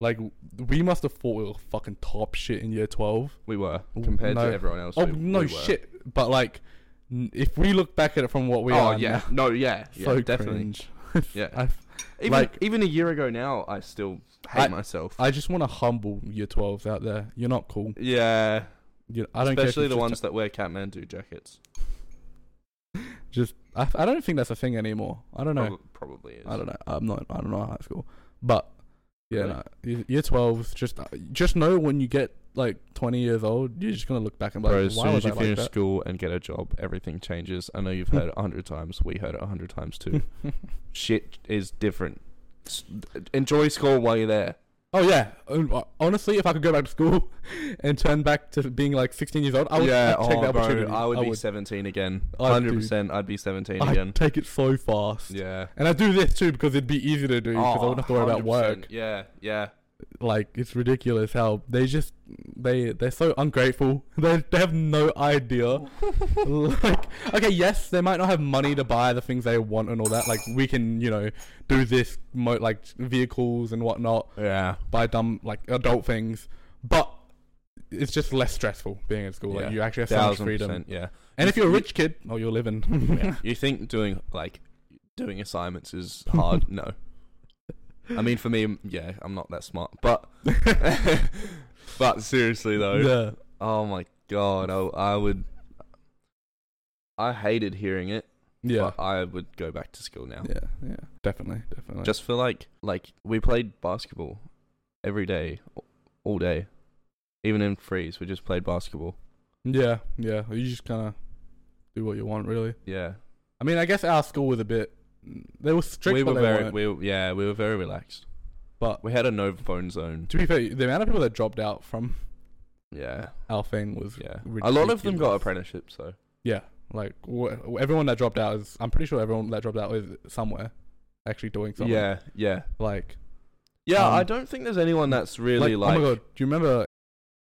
[SPEAKER 2] like we must have thought we were fucking top shit in year twelve.
[SPEAKER 4] we were
[SPEAKER 2] Ooh,
[SPEAKER 4] compared
[SPEAKER 2] no.
[SPEAKER 4] to everyone else.
[SPEAKER 2] Oh
[SPEAKER 4] we-
[SPEAKER 2] no
[SPEAKER 4] we were.
[SPEAKER 2] shit! But like, n- if we look back at it from what we
[SPEAKER 4] oh
[SPEAKER 2] are,
[SPEAKER 4] yeah.
[SPEAKER 2] now,
[SPEAKER 4] No yeah. Yeah.
[SPEAKER 2] so
[SPEAKER 4] definitely.
[SPEAKER 2] cringe.
[SPEAKER 4] Yeah.
[SPEAKER 2] I,
[SPEAKER 4] Even
[SPEAKER 2] Like-
[SPEAKER 4] even a year ago now, I still hate
[SPEAKER 2] I-
[SPEAKER 4] myself.
[SPEAKER 2] I just want to humble year twelves out there. You're not cool.
[SPEAKER 4] yeah,
[SPEAKER 2] You, I don't care if
[SPEAKER 4] especially
[SPEAKER 2] you
[SPEAKER 4] the
[SPEAKER 2] just-
[SPEAKER 4] ones that wear Kathmandu jackets.
[SPEAKER 2] Just I, I don't think that's a thing anymore. I don't know.
[SPEAKER 4] Prob- probably is.
[SPEAKER 2] I don't know. I'm not. I don't know high school, but yeah,
[SPEAKER 4] Really?
[SPEAKER 2] no, year- year twelve. Just uh, just know when you get like 20 years old, you're just gonna look back and be
[SPEAKER 4] Bro,
[SPEAKER 2] like,
[SPEAKER 4] as
[SPEAKER 2] why
[SPEAKER 4] soon as
[SPEAKER 2] was I
[SPEAKER 4] you
[SPEAKER 2] like
[SPEAKER 4] finish
[SPEAKER 2] that?
[SPEAKER 4] school and get a job, everything changes. I know you've heard it a hundred times. We heard it a hundred times too. Shit is different. S- Enjoy school while you're there.
[SPEAKER 2] oh yeah. Um, Honestly, if I could go back to school and turn back to being like 16 years old, I would
[SPEAKER 4] yeah,
[SPEAKER 2] I'd take
[SPEAKER 4] oh,
[SPEAKER 2] the
[SPEAKER 4] bro,
[SPEAKER 2] opportunity.
[SPEAKER 4] I would be 17 again.
[SPEAKER 2] I'd do.
[SPEAKER 4] 100%. I'd be 17
[SPEAKER 2] I
[SPEAKER 4] again.
[SPEAKER 2] take it so fast.
[SPEAKER 4] Yeah. Oh,
[SPEAKER 2] And I do this too because it'd be easy to do because I wouldn't have to worry about
[SPEAKER 4] 100%.
[SPEAKER 2] work.
[SPEAKER 4] Yeah, yeah.
[SPEAKER 2] Like it's ridiculous how they just they they're so ungrateful. They they have no idea. like okay, yes, they might not have money to buy the things they want and all that. Like we can you know do this mo- like vehicles and whatnot,
[SPEAKER 4] Yeah.
[SPEAKER 2] buy dumb like adult things, but. It's just less stressful being at school.
[SPEAKER 4] Yeah.
[SPEAKER 2] Like you actually have so much
[SPEAKER 4] Thousand
[SPEAKER 2] freedom.
[SPEAKER 4] percent, yeah.
[SPEAKER 2] And if you're a rich kid, oh, you're living.
[SPEAKER 4] You think doing like doing assignments is hard? no. I mean, for me, yeah, I'm not that smart, but but seriously though,
[SPEAKER 2] yeah.
[SPEAKER 4] oh my god, I, I would. I hated hearing it,
[SPEAKER 2] Yeah.
[SPEAKER 4] but I would go back to school now,
[SPEAKER 2] Yeah, yeah, definitely, definitely.
[SPEAKER 4] just for like like we played basketball every day, all day, even in freeze. We just played basketball.
[SPEAKER 2] yeah, yeah. You just kind of do what you want, really.
[SPEAKER 4] Yeah,
[SPEAKER 2] I mean, I guess our school was a bit. They were strict,
[SPEAKER 4] we
[SPEAKER 2] but
[SPEAKER 4] were
[SPEAKER 2] they
[SPEAKER 4] very
[SPEAKER 2] weren't.
[SPEAKER 4] we were- yeah we were very relaxed.
[SPEAKER 2] But
[SPEAKER 4] We had a no phone zone.
[SPEAKER 2] to be fair, the amount of people that dropped out from
[SPEAKER 4] Yeah,
[SPEAKER 2] our thing was
[SPEAKER 4] Yeah.
[SPEAKER 2] ridiculous.
[SPEAKER 4] A lot of them got apprenticeships, so.
[SPEAKER 2] Yeah, like wh- everyone that dropped out is. I'm pretty sure everyone that dropped out is somewhere actually doing something.
[SPEAKER 4] Yeah, yeah.
[SPEAKER 2] like
[SPEAKER 4] Yeah,
[SPEAKER 2] Um,
[SPEAKER 4] I don't think there's anyone that's really like,
[SPEAKER 2] oh my god, do you remember?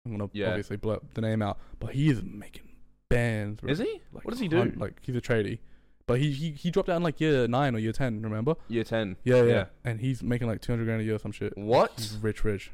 [SPEAKER 2] I'm gonna
[SPEAKER 4] Yeah.
[SPEAKER 2] obviously blur the name out, but he is making bands. bro.
[SPEAKER 4] Is he?
[SPEAKER 2] Like,
[SPEAKER 4] what does he do?
[SPEAKER 2] hun- Like he's a tradie, but he, he he dropped out in like year nine or year ten. Remember?
[SPEAKER 4] Year 10.
[SPEAKER 2] Yeah, yeah.
[SPEAKER 4] Yeah.
[SPEAKER 2] And he's making like two hundred grand a year or some shit.
[SPEAKER 4] What?
[SPEAKER 2] He's rich, rich.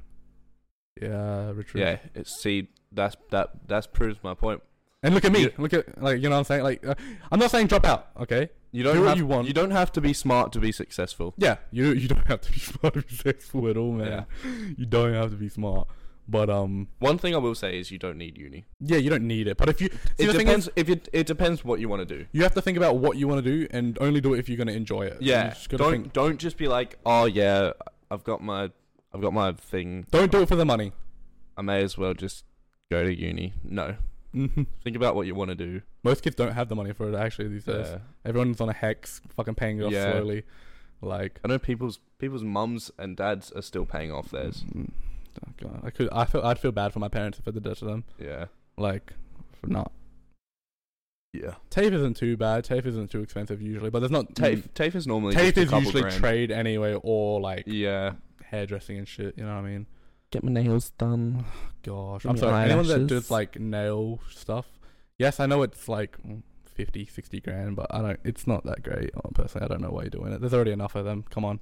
[SPEAKER 2] Yeah, rich, rich.
[SPEAKER 4] Yeah, it's see that's that that proves my point.
[SPEAKER 2] And look at me.
[SPEAKER 4] You-
[SPEAKER 2] Look at like you know what I'm saying. Like uh, I'm not saying drop out. Okay.
[SPEAKER 4] You don't
[SPEAKER 2] Do what
[SPEAKER 4] have
[SPEAKER 2] you want.
[SPEAKER 4] you don't have to be smart to be successful.
[SPEAKER 2] Yeah. You you don't have to be smart to be successful at all, man. You don't have to be smart. But um,
[SPEAKER 4] One thing I will say is you don't need uni.
[SPEAKER 2] yeah, you don't need it. But if you see
[SPEAKER 4] it
[SPEAKER 2] the thing
[SPEAKER 4] depends
[SPEAKER 2] is,
[SPEAKER 4] if it it depends what you want to do.
[SPEAKER 2] you have to think about what you want to do and only do it if you're gonna enjoy it. You
[SPEAKER 4] Yeah.
[SPEAKER 2] just gotta
[SPEAKER 4] Don't
[SPEAKER 2] think-
[SPEAKER 4] don't just be like, "Oh yeah, I've got my I've got my thing.
[SPEAKER 2] don't do it for the money.
[SPEAKER 4] I may as well just go to uni." No.
[SPEAKER 2] Mhm.
[SPEAKER 4] Think about what you want to do.
[SPEAKER 2] Most kids don't have the money for it actually these days.
[SPEAKER 4] Yeah.
[SPEAKER 2] Everyone's on a hex, fucking paying it off
[SPEAKER 4] Yeah.
[SPEAKER 2] slowly. Like,
[SPEAKER 4] I know people's people's mums and dads are still paying off theirs.
[SPEAKER 2] Mm. Oh, God, I could, I feel, I'd feel bad for my parents if I did that to them.
[SPEAKER 4] Yeah.
[SPEAKER 2] Like, for not.
[SPEAKER 4] Yeah.
[SPEAKER 2] TAFE isn't too bad. TAFE isn't too expensive usually, but there's not
[SPEAKER 4] TAFE, TAFE is normally
[SPEAKER 2] TAFE
[SPEAKER 4] just a
[SPEAKER 2] is
[SPEAKER 4] couple
[SPEAKER 2] usually
[SPEAKER 4] grand.
[SPEAKER 2] trade anyway, or like
[SPEAKER 4] Yeah.
[SPEAKER 2] hairdressing and shit. You know what I mean?
[SPEAKER 4] Get my nails done.
[SPEAKER 2] Gosh,
[SPEAKER 4] Give
[SPEAKER 2] I'm
[SPEAKER 4] me
[SPEAKER 2] sorry. Anyone that
[SPEAKER 4] eyelashes.
[SPEAKER 2] does like nail stuff, yes, I know it's like mm, 50, 60 grand, but I don't. It's not that great. Oh, personally, I don't know why you're doing it. There's already enough of them. Come on.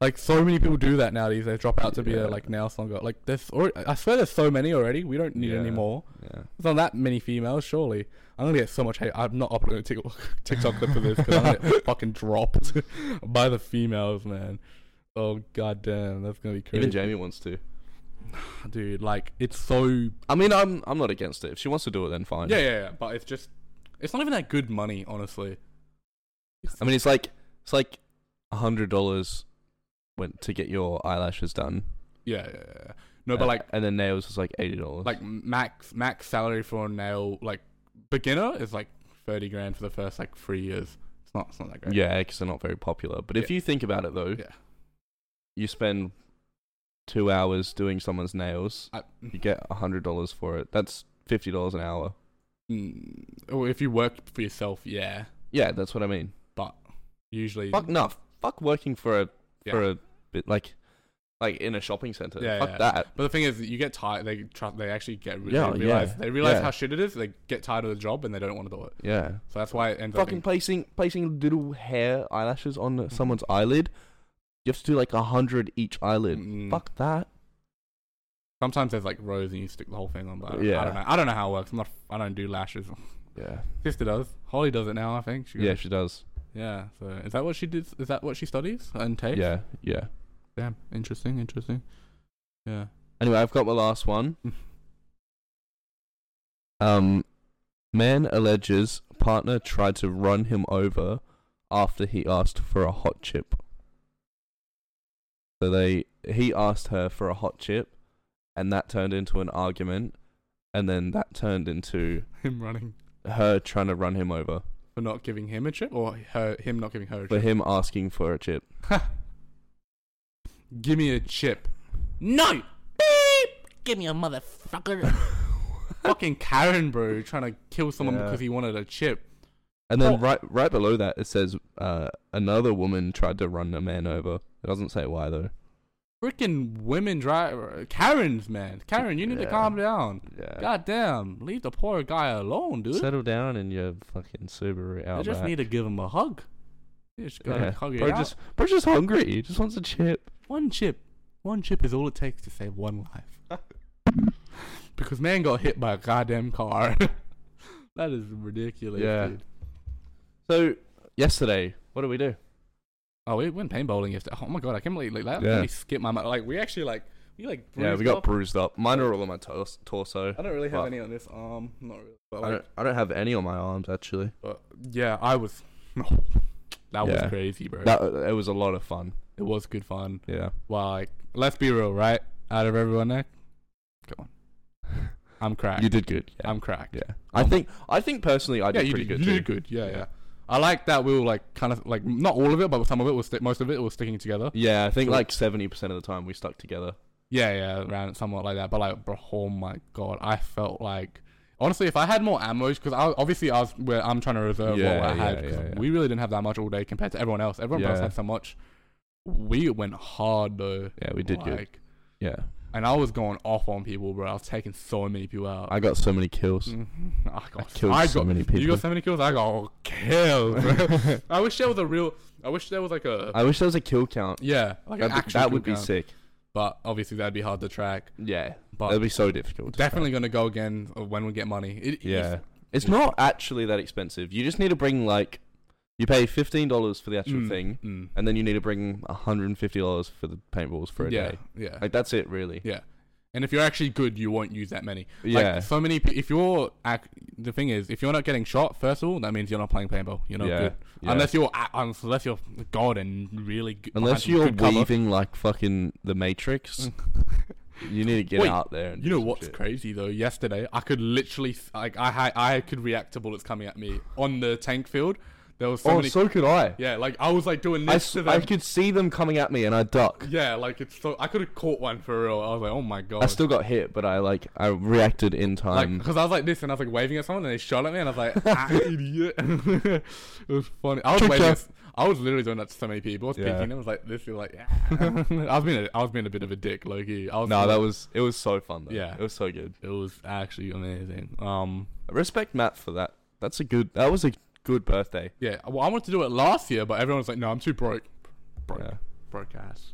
[SPEAKER 2] Like so many people do that nowadays. They drop out to be a
[SPEAKER 4] Yeah.
[SPEAKER 2] like nail salon girl. Like there's, already, I swear, there's so many already. We don't need any
[SPEAKER 4] Yeah.
[SPEAKER 2] more.
[SPEAKER 4] yeah.
[SPEAKER 2] There's not that many females, surely. I'm gonna get so much hate. I'm not uploading a TikTok, TikTok clip for this because I'm gonna get fucking dropped by the females, man. Oh goddamn, that's gonna be crazy,
[SPEAKER 4] Even Jamie wants to.
[SPEAKER 2] dude. Like it's so yeah,
[SPEAKER 4] I mean, I'm I'm not against it. If she wants to do it, then fine.
[SPEAKER 2] yeah, yeah, but it's just, it's not even that good money, honestly.
[SPEAKER 4] I mean, it's like it's like hundred dollars went to get your eyelashes done.
[SPEAKER 2] Yeah, yeah, yeah. No, but
[SPEAKER 4] uh,
[SPEAKER 2] like
[SPEAKER 4] and then nails was like eighty dollars.
[SPEAKER 2] like max max salary for a nail like beginner is like thirty grand for the first like three years. It's not it's not that great.
[SPEAKER 4] Yeah, because they're not very popular. But if
[SPEAKER 2] Yeah.
[SPEAKER 4] you think about it, though,
[SPEAKER 2] Yeah.
[SPEAKER 4] you spend two hours doing someone's nails,
[SPEAKER 2] I,
[SPEAKER 4] you get hundred dollars for it. That's fifty dollars an hour.
[SPEAKER 2] Mm, oh, if you work for yourself, yeah.
[SPEAKER 4] Yeah, that's what I mean.
[SPEAKER 2] But usually,
[SPEAKER 4] Fuck no, fuck working for a
[SPEAKER 2] Yeah.
[SPEAKER 4] for a bit like like in a shopping center.
[SPEAKER 2] Yeah,
[SPEAKER 4] fuck
[SPEAKER 2] yeah.
[SPEAKER 4] that.
[SPEAKER 2] But the thing is, you get tired. They try, They actually get. Re-
[SPEAKER 4] Yeah,
[SPEAKER 2] they realize,
[SPEAKER 4] yeah,
[SPEAKER 2] They realize
[SPEAKER 4] yeah.
[SPEAKER 2] how shit it is. They get tired of the job and they don't want to do it.
[SPEAKER 4] Yeah,
[SPEAKER 2] So that's why it ends up.
[SPEAKER 4] fucking placing placing little hair eyelashes on
[SPEAKER 2] Mm-hmm.
[SPEAKER 4] someone's eyelid. You have to do like a hundred each eyelid.
[SPEAKER 2] Mm.
[SPEAKER 4] Fuck that.
[SPEAKER 2] Sometimes there's like rows and you stick the whole thing on. But I
[SPEAKER 4] Yeah.
[SPEAKER 2] don't know. I don't know how it works. I'm not. I don't do lashes.
[SPEAKER 4] Yeah,
[SPEAKER 2] Sister does. Holly does it now. I think. She goes-
[SPEAKER 4] yeah, she does.
[SPEAKER 2] Yeah. So is that what she did? Is that what she studies and takes?
[SPEAKER 4] Yeah, yeah.
[SPEAKER 2] Damn. Interesting. Interesting. Yeah.
[SPEAKER 4] Anyway, I've got my last one. Um, man alleges partner tried to run him over after he asked for a hot chip. So they he asked her for a hot chip, and that turned into an argument, and then that turned into
[SPEAKER 2] Him running
[SPEAKER 4] her trying to run him over
[SPEAKER 2] for not giving him a chip, or her him not giving her a
[SPEAKER 4] for
[SPEAKER 2] chip.
[SPEAKER 4] him asking for a chip.
[SPEAKER 2] Give me a chip. No. Give me a motherfucker. Fucking Karen, bro, trying to kill someone
[SPEAKER 3] Yeah.
[SPEAKER 2] because he wanted a chip.
[SPEAKER 4] And then
[SPEAKER 2] Oh.
[SPEAKER 4] right right below that it says uh, another woman tried to run a man over. It doesn't say why though.
[SPEAKER 2] Freaking women drive Karens, man. Karen, you need to
[SPEAKER 4] Yeah.
[SPEAKER 2] calm down.
[SPEAKER 4] Yeah.
[SPEAKER 2] God damn, leave the poor guy alone, dude.
[SPEAKER 4] Settle down in your fucking Subaru
[SPEAKER 2] I
[SPEAKER 4] Outback.
[SPEAKER 2] just need to give him a hug. You just gotta
[SPEAKER 4] Yeah.
[SPEAKER 2] hug it
[SPEAKER 4] Bro,
[SPEAKER 2] out.
[SPEAKER 4] just, bro, just hungry. He just wants a chip.
[SPEAKER 2] one chip. One chip is all it takes to save one life. because man got hit by a goddamn car. that is ridiculous.
[SPEAKER 4] Yeah.
[SPEAKER 2] Dude.
[SPEAKER 4] So yesterday, what did we do?
[SPEAKER 2] Oh, we went paintballing yesterday. Oh my god, I can't believe like that.
[SPEAKER 4] Yeah.
[SPEAKER 2] really skipped my mind. Like we actually like we like.
[SPEAKER 4] yeah, we
[SPEAKER 2] bruised
[SPEAKER 4] got
[SPEAKER 2] up.
[SPEAKER 4] bruised up. Mine are all on my tor- torso.
[SPEAKER 2] I don't really have
[SPEAKER 4] Well-
[SPEAKER 2] any on this arm. Not really. But
[SPEAKER 4] I
[SPEAKER 2] like,
[SPEAKER 4] don't, I don't have any on my arms actually.
[SPEAKER 2] but yeah, I was. that was
[SPEAKER 4] Yeah.
[SPEAKER 2] crazy, bro.
[SPEAKER 4] That it was a lot of fun.
[SPEAKER 2] it was good fun.
[SPEAKER 4] Yeah.
[SPEAKER 2] Well, like, let's be real, right? Out of everyone there, come on. I'm cracked.
[SPEAKER 4] You did good. Yeah.
[SPEAKER 2] I'm cracked.
[SPEAKER 4] yeah. I think I think personally I
[SPEAKER 2] yeah,
[SPEAKER 4] did
[SPEAKER 2] you
[SPEAKER 4] pretty
[SPEAKER 2] did
[SPEAKER 4] good.
[SPEAKER 2] You
[SPEAKER 4] too.
[SPEAKER 2] did good. Yeah, yeah,
[SPEAKER 4] Yeah.
[SPEAKER 2] I like that we were like kind of like not all of it, but some of it was sti- most of it was sticking together.
[SPEAKER 4] Yeah, I think
[SPEAKER 2] Cool.
[SPEAKER 4] like seventy percent of the time we stuck together.
[SPEAKER 2] Yeah, yeah, around somewhat like that. But like, bro, oh my god, I felt like honestly, if I had more ammo, because I obviously I was where I'm trying to reserve
[SPEAKER 4] Yeah,
[SPEAKER 2] what I
[SPEAKER 4] yeah,
[SPEAKER 2] had. 'cause
[SPEAKER 4] yeah, yeah.
[SPEAKER 2] We really didn't have that much all day compared to everyone else. Everyone else
[SPEAKER 4] Yeah.
[SPEAKER 2] had so much. We went hard though.
[SPEAKER 4] Yeah, we did good.
[SPEAKER 2] Like,
[SPEAKER 4] Yeah.
[SPEAKER 2] and I was going off on people, bro. I was taking so many people out.
[SPEAKER 4] I got so many kills.
[SPEAKER 2] Mhm. I got, I
[SPEAKER 4] killed so
[SPEAKER 2] got-
[SPEAKER 4] many
[SPEAKER 2] You
[SPEAKER 4] people.
[SPEAKER 2] got so many kills. I got kills. bro. I wish there was a real. I wish there was like a.
[SPEAKER 4] I wish there was a kill count.
[SPEAKER 2] yeah, like an
[SPEAKER 4] That'd be-
[SPEAKER 2] actual
[SPEAKER 4] that
[SPEAKER 2] kill
[SPEAKER 4] would be
[SPEAKER 2] count.
[SPEAKER 4] sick.
[SPEAKER 2] But obviously that'd be hard to track.
[SPEAKER 4] Yeah.
[SPEAKER 2] But-
[SPEAKER 4] That'd be so difficult. to track.
[SPEAKER 2] Definitely gonna go again when we get money. It- it's-
[SPEAKER 4] Yeah. It's not actually that expensive. You just need to bring like you pay fifteen dollars for the actual
[SPEAKER 2] Mm,
[SPEAKER 4] thing,
[SPEAKER 2] mm.
[SPEAKER 4] and then you need to bring hundred and fifty dollars for the paintballs for a
[SPEAKER 2] yeah,
[SPEAKER 4] day.
[SPEAKER 2] yeah,
[SPEAKER 4] Like that's it, really.
[SPEAKER 2] yeah. And if you're actually good, you won't use that many.
[SPEAKER 4] Yeah.
[SPEAKER 2] Like, so many. pe- If you're, ac- the thing is, if you're not getting shot, first of all, that means you're not playing paintball. You're not
[SPEAKER 4] Yeah,
[SPEAKER 2] good.
[SPEAKER 4] yeah.
[SPEAKER 2] Unless you're, a- unless you're god and really good.
[SPEAKER 4] Unless
[SPEAKER 2] behind
[SPEAKER 4] you're
[SPEAKER 2] good cover.
[SPEAKER 4] weaving like fucking the Matrix, you need to get
[SPEAKER 2] Wait,
[SPEAKER 4] out there. And
[SPEAKER 2] You
[SPEAKER 4] do
[SPEAKER 2] know
[SPEAKER 4] some
[SPEAKER 2] what's
[SPEAKER 4] shit.
[SPEAKER 2] crazy though? Yesterday, I could literally like I had, I could react to bullets coming at me on the tank field. There was so
[SPEAKER 4] oh,
[SPEAKER 2] many.
[SPEAKER 4] so could I.
[SPEAKER 2] yeah, like I was like doing
[SPEAKER 4] I,
[SPEAKER 2] this
[SPEAKER 4] s-
[SPEAKER 2] to
[SPEAKER 4] I
[SPEAKER 2] them.
[SPEAKER 4] could see them coming at me, and I duck.
[SPEAKER 2] yeah, like it's so I could have caught one for real. I was like, oh my god.
[SPEAKER 4] I still got hit, but I like I reacted in
[SPEAKER 2] like,
[SPEAKER 4] time.
[SPEAKER 2] because I was like this, and I was like waving at someone, and they shot at me, and I was like, ah, idiot. it was funny. I was
[SPEAKER 4] Trick
[SPEAKER 2] waving.
[SPEAKER 4] shot.
[SPEAKER 2] at- I was literally doing that to so many people. I was
[SPEAKER 4] Yeah.
[SPEAKER 2] picking them. I was like, this is like. ah. I was being a, I was being a bit of a dick, Loki. I was.
[SPEAKER 4] no, that was it was so fun though.
[SPEAKER 2] Yeah.
[SPEAKER 4] it was so good.
[SPEAKER 2] It was actually amazing. Um.
[SPEAKER 4] Respect Matt for that. That's a good. That was a good birthday.
[SPEAKER 2] Yeah, well, I wanted to do it last year, but everyone was like, "No, I'm too broke, broke,
[SPEAKER 4] Yeah.
[SPEAKER 2] broke ass."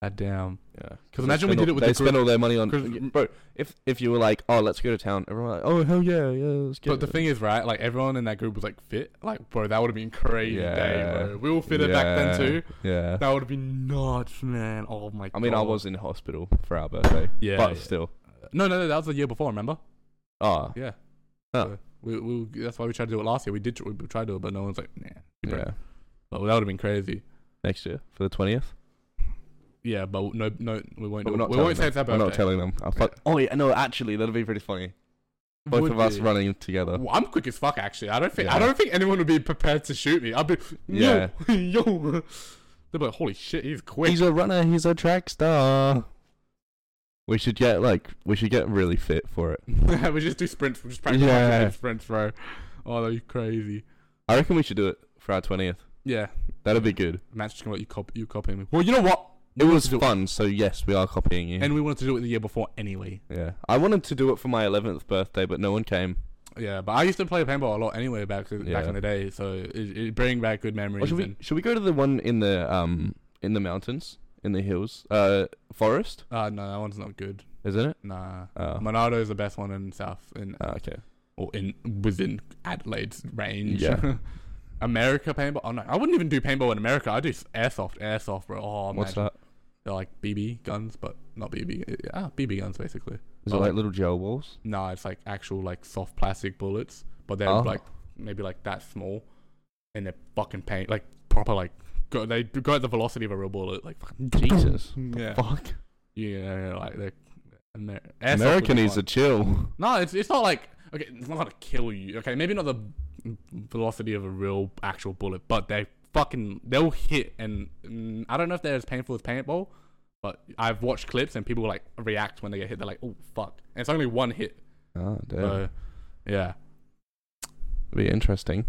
[SPEAKER 2] God damn.
[SPEAKER 4] Yeah,
[SPEAKER 2] 'Cause imagine we did it with
[SPEAKER 4] they
[SPEAKER 2] the
[SPEAKER 4] spend all their money on.
[SPEAKER 2] 'Cause-
[SPEAKER 4] Bro, if if you were like, oh, let's go to town, everyone like, oh hell yeah, yeah, let's go.
[SPEAKER 2] But the thing is, right? Like everyone in that group was like fit. Like, bro, that would have been crazy day,
[SPEAKER 4] Yeah.
[SPEAKER 2] bro. We all fitted back then too.
[SPEAKER 4] Yeah,
[SPEAKER 2] That would have been nuts, man. Oh my.
[SPEAKER 4] I mean, I
[SPEAKER 2] God.
[SPEAKER 4] was in hospital for our birthday.
[SPEAKER 2] Yeah,
[SPEAKER 4] but
[SPEAKER 2] yeah.
[SPEAKER 4] still.
[SPEAKER 2] No, no, no. That was the year before. Remember?
[SPEAKER 4] Oh,
[SPEAKER 2] Yeah.
[SPEAKER 4] Huh.
[SPEAKER 2] So we, we, that's why we tried to do it last year. We did. tr- We tried to do it, but no one's like, nah. too
[SPEAKER 4] yeah.
[SPEAKER 2] broke." But that would have been crazy.
[SPEAKER 4] next year for the twentieth.
[SPEAKER 2] Yeah, but no, no, we won't. do
[SPEAKER 4] But we're
[SPEAKER 2] it.
[SPEAKER 4] not.
[SPEAKER 2] we
[SPEAKER 4] telling
[SPEAKER 2] won't say
[SPEAKER 4] them.
[SPEAKER 2] it's our
[SPEAKER 4] We're
[SPEAKER 2] birthday.
[SPEAKER 4] not telling them. I'll fuck- Oh yeah, no, actually, that'll be pretty funny. Both
[SPEAKER 2] Would
[SPEAKER 4] of us
[SPEAKER 2] you?
[SPEAKER 4] running together.
[SPEAKER 2] Well, I'm quick as fuck. Actually, I don't think I
[SPEAKER 4] Yeah.
[SPEAKER 2] don't think anyone would be prepared to shoot me. I'd be yo yo. They're like, holy shit, he's quick.
[SPEAKER 4] He's a runner. He's a track star. We should get like we should get really fit for it.
[SPEAKER 2] we just do sprints. We just practice
[SPEAKER 4] Yeah.
[SPEAKER 2] yeah. sprints, bro. Oh, that'd be crazy.
[SPEAKER 4] I reckon we should do it for our twentieth.
[SPEAKER 2] Yeah,
[SPEAKER 4] That'd be good.
[SPEAKER 2] Matt's just gonna let you cop you copying me. Well, you know what?
[SPEAKER 4] It was fun, so yes, we are copying you.
[SPEAKER 2] And we wanted to do it the year before anyway.
[SPEAKER 4] yeah, I wanted to do it for my eleventh birthday, but no one came.
[SPEAKER 2] Yeah, but I used to play paintball a lot anyway back back
[SPEAKER 4] Yeah.
[SPEAKER 2] in the day, so it, it bring back good memories.
[SPEAKER 4] Or should we
[SPEAKER 2] and,
[SPEAKER 4] should we go to the one in the um in the mountains in the hills uh forest?
[SPEAKER 2] uh, no, that one's not good.
[SPEAKER 4] Isn't it?
[SPEAKER 2] Nah,
[SPEAKER 4] Oh.
[SPEAKER 2] Monado is the best one in South in
[SPEAKER 4] Ah, okay.
[SPEAKER 2] or in within Adelaide's range.
[SPEAKER 4] Yeah.
[SPEAKER 2] America paintball. Oh no, I wouldn't even do paintball in America. I do s- airsoft, airsoft, bro. Oh,
[SPEAKER 4] What's
[SPEAKER 2] imagine.
[SPEAKER 4] that?
[SPEAKER 2] They're like BB guns, but not BB. Ah, BB guns basically.
[SPEAKER 4] Is
[SPEAKER 2] Oh.
[SPEAKER 4] it like little gel balls?
[SPEAKER 2] No, it's like actual like soft plastic bullets, but they're
[SPEAKER 4] Oh.
[SPEAKER 2] like maybe like that small, and they're fucking paint like proper like go they go at the velocity of a real bullet like fucking
[SPEAKER 4] Jesus.
[SPEAKER 2] yeah
[SPEAKER 4] Fuck.
[SPEAKER 2] yeah like they're Amer- airsoft would
[SPEAKER 4] America
[SPEAKER 2] be
[SPEAKER 4] needs to
[SPEAKER 2] fun.
[SPEAKER 4] chill.
[SPEAKER 2] no it's it's not like okay it's not gonna kill you okay maybe not the velocity of a real actual bullet but they fucking they'll hit and mm, I don't know if they're as painful as paintball. But I've watched clips and people like react when they get hit. They're like, "Oh fuck!" And it's only one hit.
[SPEAKER 4] Oh, damn.
[SPEAKER 2] So, yeah.
[SPEAKER 4] It'd be interesting.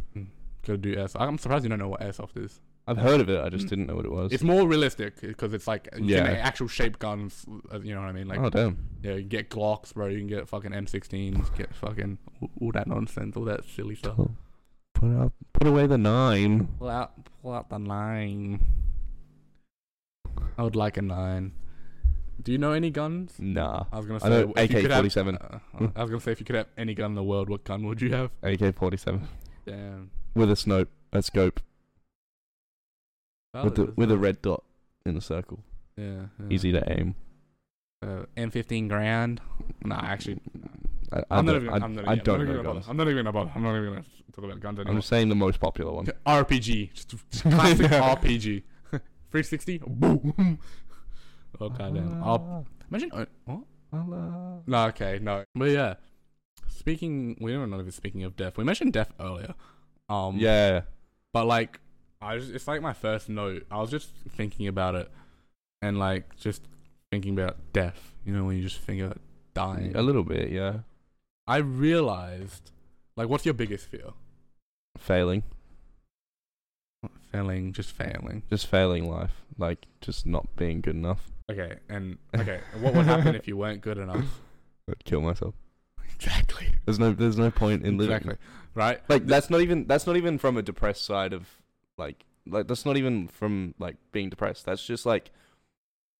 [SPEAKER 2] Gotta do airsoft. I'm surprised you don't know what airsoft is.
[SPEAKER 4] I've heard of it. I just
[SPEAKER 2] Mm.
[SPEAKER 4] didn't know what it was.
[SPEAKER 2] It's more realistic because it's like you
[SPEAKER 4] Yeah.
[SPEAKER 2] can make actual shape guns. uh, You know what I mean? Like,
[SPEAKER 4] oh damn.
[SPEAKER 2] yeah, you can get Glocks, bro. You can get fucking M16s. Get fucking all- all that nonsense, all that silly stuff.
[SPEAKER 4] Cool. Put out, put away the nine.
[SPEAKER 2] Pull out, pull out the nine. I would like a nine. Do you know any guns?
[SPEAKER 4] Nah.
[SPEAKER 2] I was gonna say
[SPEAKER 4] I know
[SPEAKER 2] if you could have-
[SPEAKER 4] AK-47.
[SPEAKER 2] uh, I was gonna say if you could have any gun in the world, what gun would you have?
[SPEAKER 4] AK forty seven
[SPEAKER 2] Damn.
[SPEAKER 4] with a snope, a scope with the,
[SPEAKER 2] Valid.
[SPEAKER 4] with a red dot in the circle.
[SPEAKER 2] uh, yeah, yeah.
[SPEAKER 4] Easy to aim.
[SPEAKER 2] Uh, M15 grand. Nah, actually,
[SPEAKER 4] I, I
[SPEAKER 2] I'm not
[SPEAKER 4] don't-
[SPEAKER 2] even.
[SPEAKER 4] I-
[SPEAKER 2] Gonna, I'm not,
[SPEAKER 4] I
[SPEAKER 2] yeah,
[SPEAKER 4] don't
[SPEAKER 2] I'm not
[SPEAKER 4] know
[SPEAKER 2] even gonna
[SPEAKER 4] guns.
[SPEAKER 2] bother. I'm not even gonna bother. I'm not even gonna talk about guns
[SPEAKER 4] I'm
[SPEAKER 2] anymore.
[SPEAKER 4] just saying the most popular one.
[SPEAKER 2] RPG, just classic
[SPEAKER 4] Yeah.
[SPEAKER 2] RPG. 360, boom. Oh goddamn! I'll imagine. oh, What? No, okay, no. But yeah, speaking. We don't know if it's speaking of death. We mentioned death earlier. Um.
[SPEAKER 4] Yeah.
[SPEAKER 2] But like, I was, it's like my first note. I was just thinking about it, and like just thinking about death. You know, when you just think about dying.
[SPEAKER 4] A little bit, yeah.
[SPEAKER 2] I realized, like, what's your biggest fear?
[SPEAKER 4] Failing.
[SPEAKER 2] Failing, just failing.
[SPEAKER 4] Just failing life. Like just not being good enough.
[SPEAKER 2] Okay, and okay, what would happen if you weren't good enough?
[SPEAKER 4] I'd kill myself.
[SPEAKER 2] Exactly.
[SPEAKER 4] There's no there's no point in living.
[SPEAKER 2] Exactly. Right.
[SPEAKER 4] Like that's not even that's not even from a depressed side of like like that's not even from like being depressed. That's just like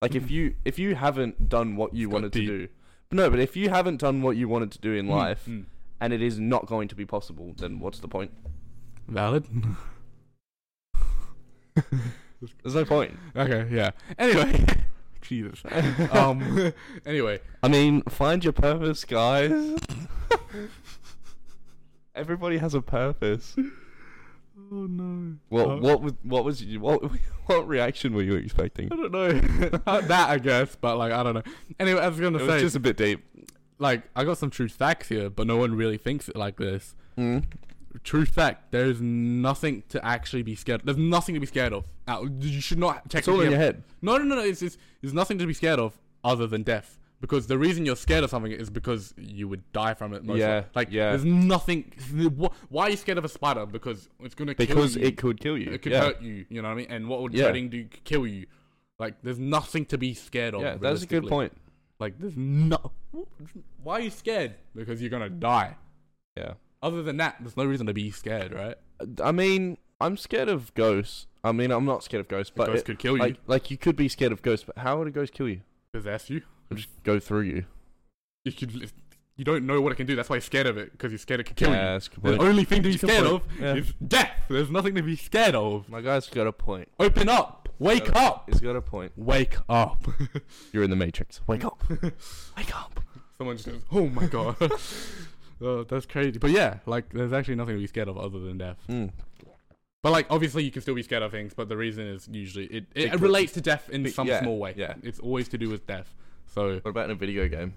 [SPEAKER 4] like if you if you haven't done what
[SPEAKER 2] Hmm.
[SPEAKER 4] you
[SPEAKER 2] It's got
[SPEAKER 4] wanted to
[SPEAKER 2] deep.
[SPEAKER 4] do. No, but if you haven't done what you wanted to do in life
[SPEAKER 2] Mm,
[SPEAKER 4] and it is not going to be possible, then what's the point?
[SPEAKER 2] mm. Valid.
[SPEAKER 4] There's no point.
[SPEAKER 2] okay. Yeah. Anyway. Jesus. Um. anyway.
[SPEAKER 4] I mean, find your purpose, guys. Everybody has a purpose.
[SPEAKER 2] Oh no.
[SPEAKER 4] What
[SPEAKER 2] Uh,
[SPEAKER 4] what was what was you, what what reaction were you expecting?
[SPEAKER 2] I don't know. that I guess, but like I don't know. Anyway, I was gonna
[SPEAKER 4] It
[SPEAKER 2] say,
[SPEAKER 4] was just a bit deep.
[SPEAKER 2] like I got some truth facts here, but no one really thinks it like this.
[SPEAKER 4] Mm.
[SPEAKER 2] True fact, there is nothing to actually be scared. There's nothing to be scared of. Now, you should not
[SPEAKER 4] It's all
[SPEAKER 2] technically.
[SPEAKER 4] in your head.
[SPEAKER 2] No, no, no, no. It's, it's there's nothing to be scared of other than death. Because the reason you're scared of something is because you would die from it. Most
[SPEAKER 4] Yeah,
[SPEAKER 2] likely. like
[SPEAKER 4] yeah.
[SPEAKER 2] There's nothing. wh- Why are you scared of a spider? Because it's gonna
[SPEAKER 4] Because
[SPEAKER 2] kill you.
[SPEAKER 4] it could kill you.
[SPEAKER 2] it could
[SPEAKER 4] yeah.
[SPEAKER 2] hurt you. You know what I mean? And what would
[SPEAKER 4] Yeah.
[SPEAKER 2] dreading do? Kill you? Like there's nothing to be scared of.
[SPEAKER 4] Yeah, that's a good
[SPEAKER 2] realistically.
[SPEAKER 4] point.
[SPEAKER 2] Like there's no. Why are you scared? Because you're gonna die.
[SPEAKER 4] Yeah.
[SPEAKER 2] Other than that, there's no reason to be scared, right?
[SPEAKER 4] Uh, I mean, I'm scared of ghosts. I mean, I'm not scared of ghosts, but
[SPEAKER 2] Ghosts
[SPEAKER 4] it-
[SPEAKER 2] could kill you,
[SPEAKER 4] like like you could be scared of ghosts, but how would a ghost kill you?
[SPEAKER 2] possess you.
[SPEAKER 4] It'll just go through you.
[SPEAKER 2] You could. You don't know what it can do. That's why you're scared of it because you're scared it could kill you.
[SPEAKER 4] yeah, that's a good
[SPEAKER 2] The
[SPEAKER 4] point.
[SPEAKER 2] only thing to be
[SPEAKER 4] That's a good
[SPEAKER 2] scared of
[SPEAKER 4] point. Yeah.
[SPEAKER 2] is death. There's nothing to be scared of.
[SPEAKER 4] My guy's got a point.
[SPEAKER 2] Open up. Wake
[SPEAKER 4] Got it.
[SPEAKER 2] up.
[SPEAKER 4] He's got a point.
[SPEAKER 2] Wake up.
[SPEAKER 4] You're in the Matrix. Wake up. Wake up.
[SPEAKER 2] Someone just goes, oh my god. oh, that's crazy. But yeah, like, there's actually nothing to be scared of other than death.
[SPEAKER 4] Mm.
[SPEAKER 2] But like, obviously, you can still be scared of things, but the reason is usually it, it,
[SPEAKER 4] Because-
[SPEAKER 2] relates to death in
[SPEAKER 4] Be-
[SPEAKER 2] some
[SPEAKER 4] yeah,
[SPEAKER 2] small way.
[SPEAKER 4] yeah.
[SPEAKER 2] it's always to do with death. So
[SPEAKER 4] What about in a video game?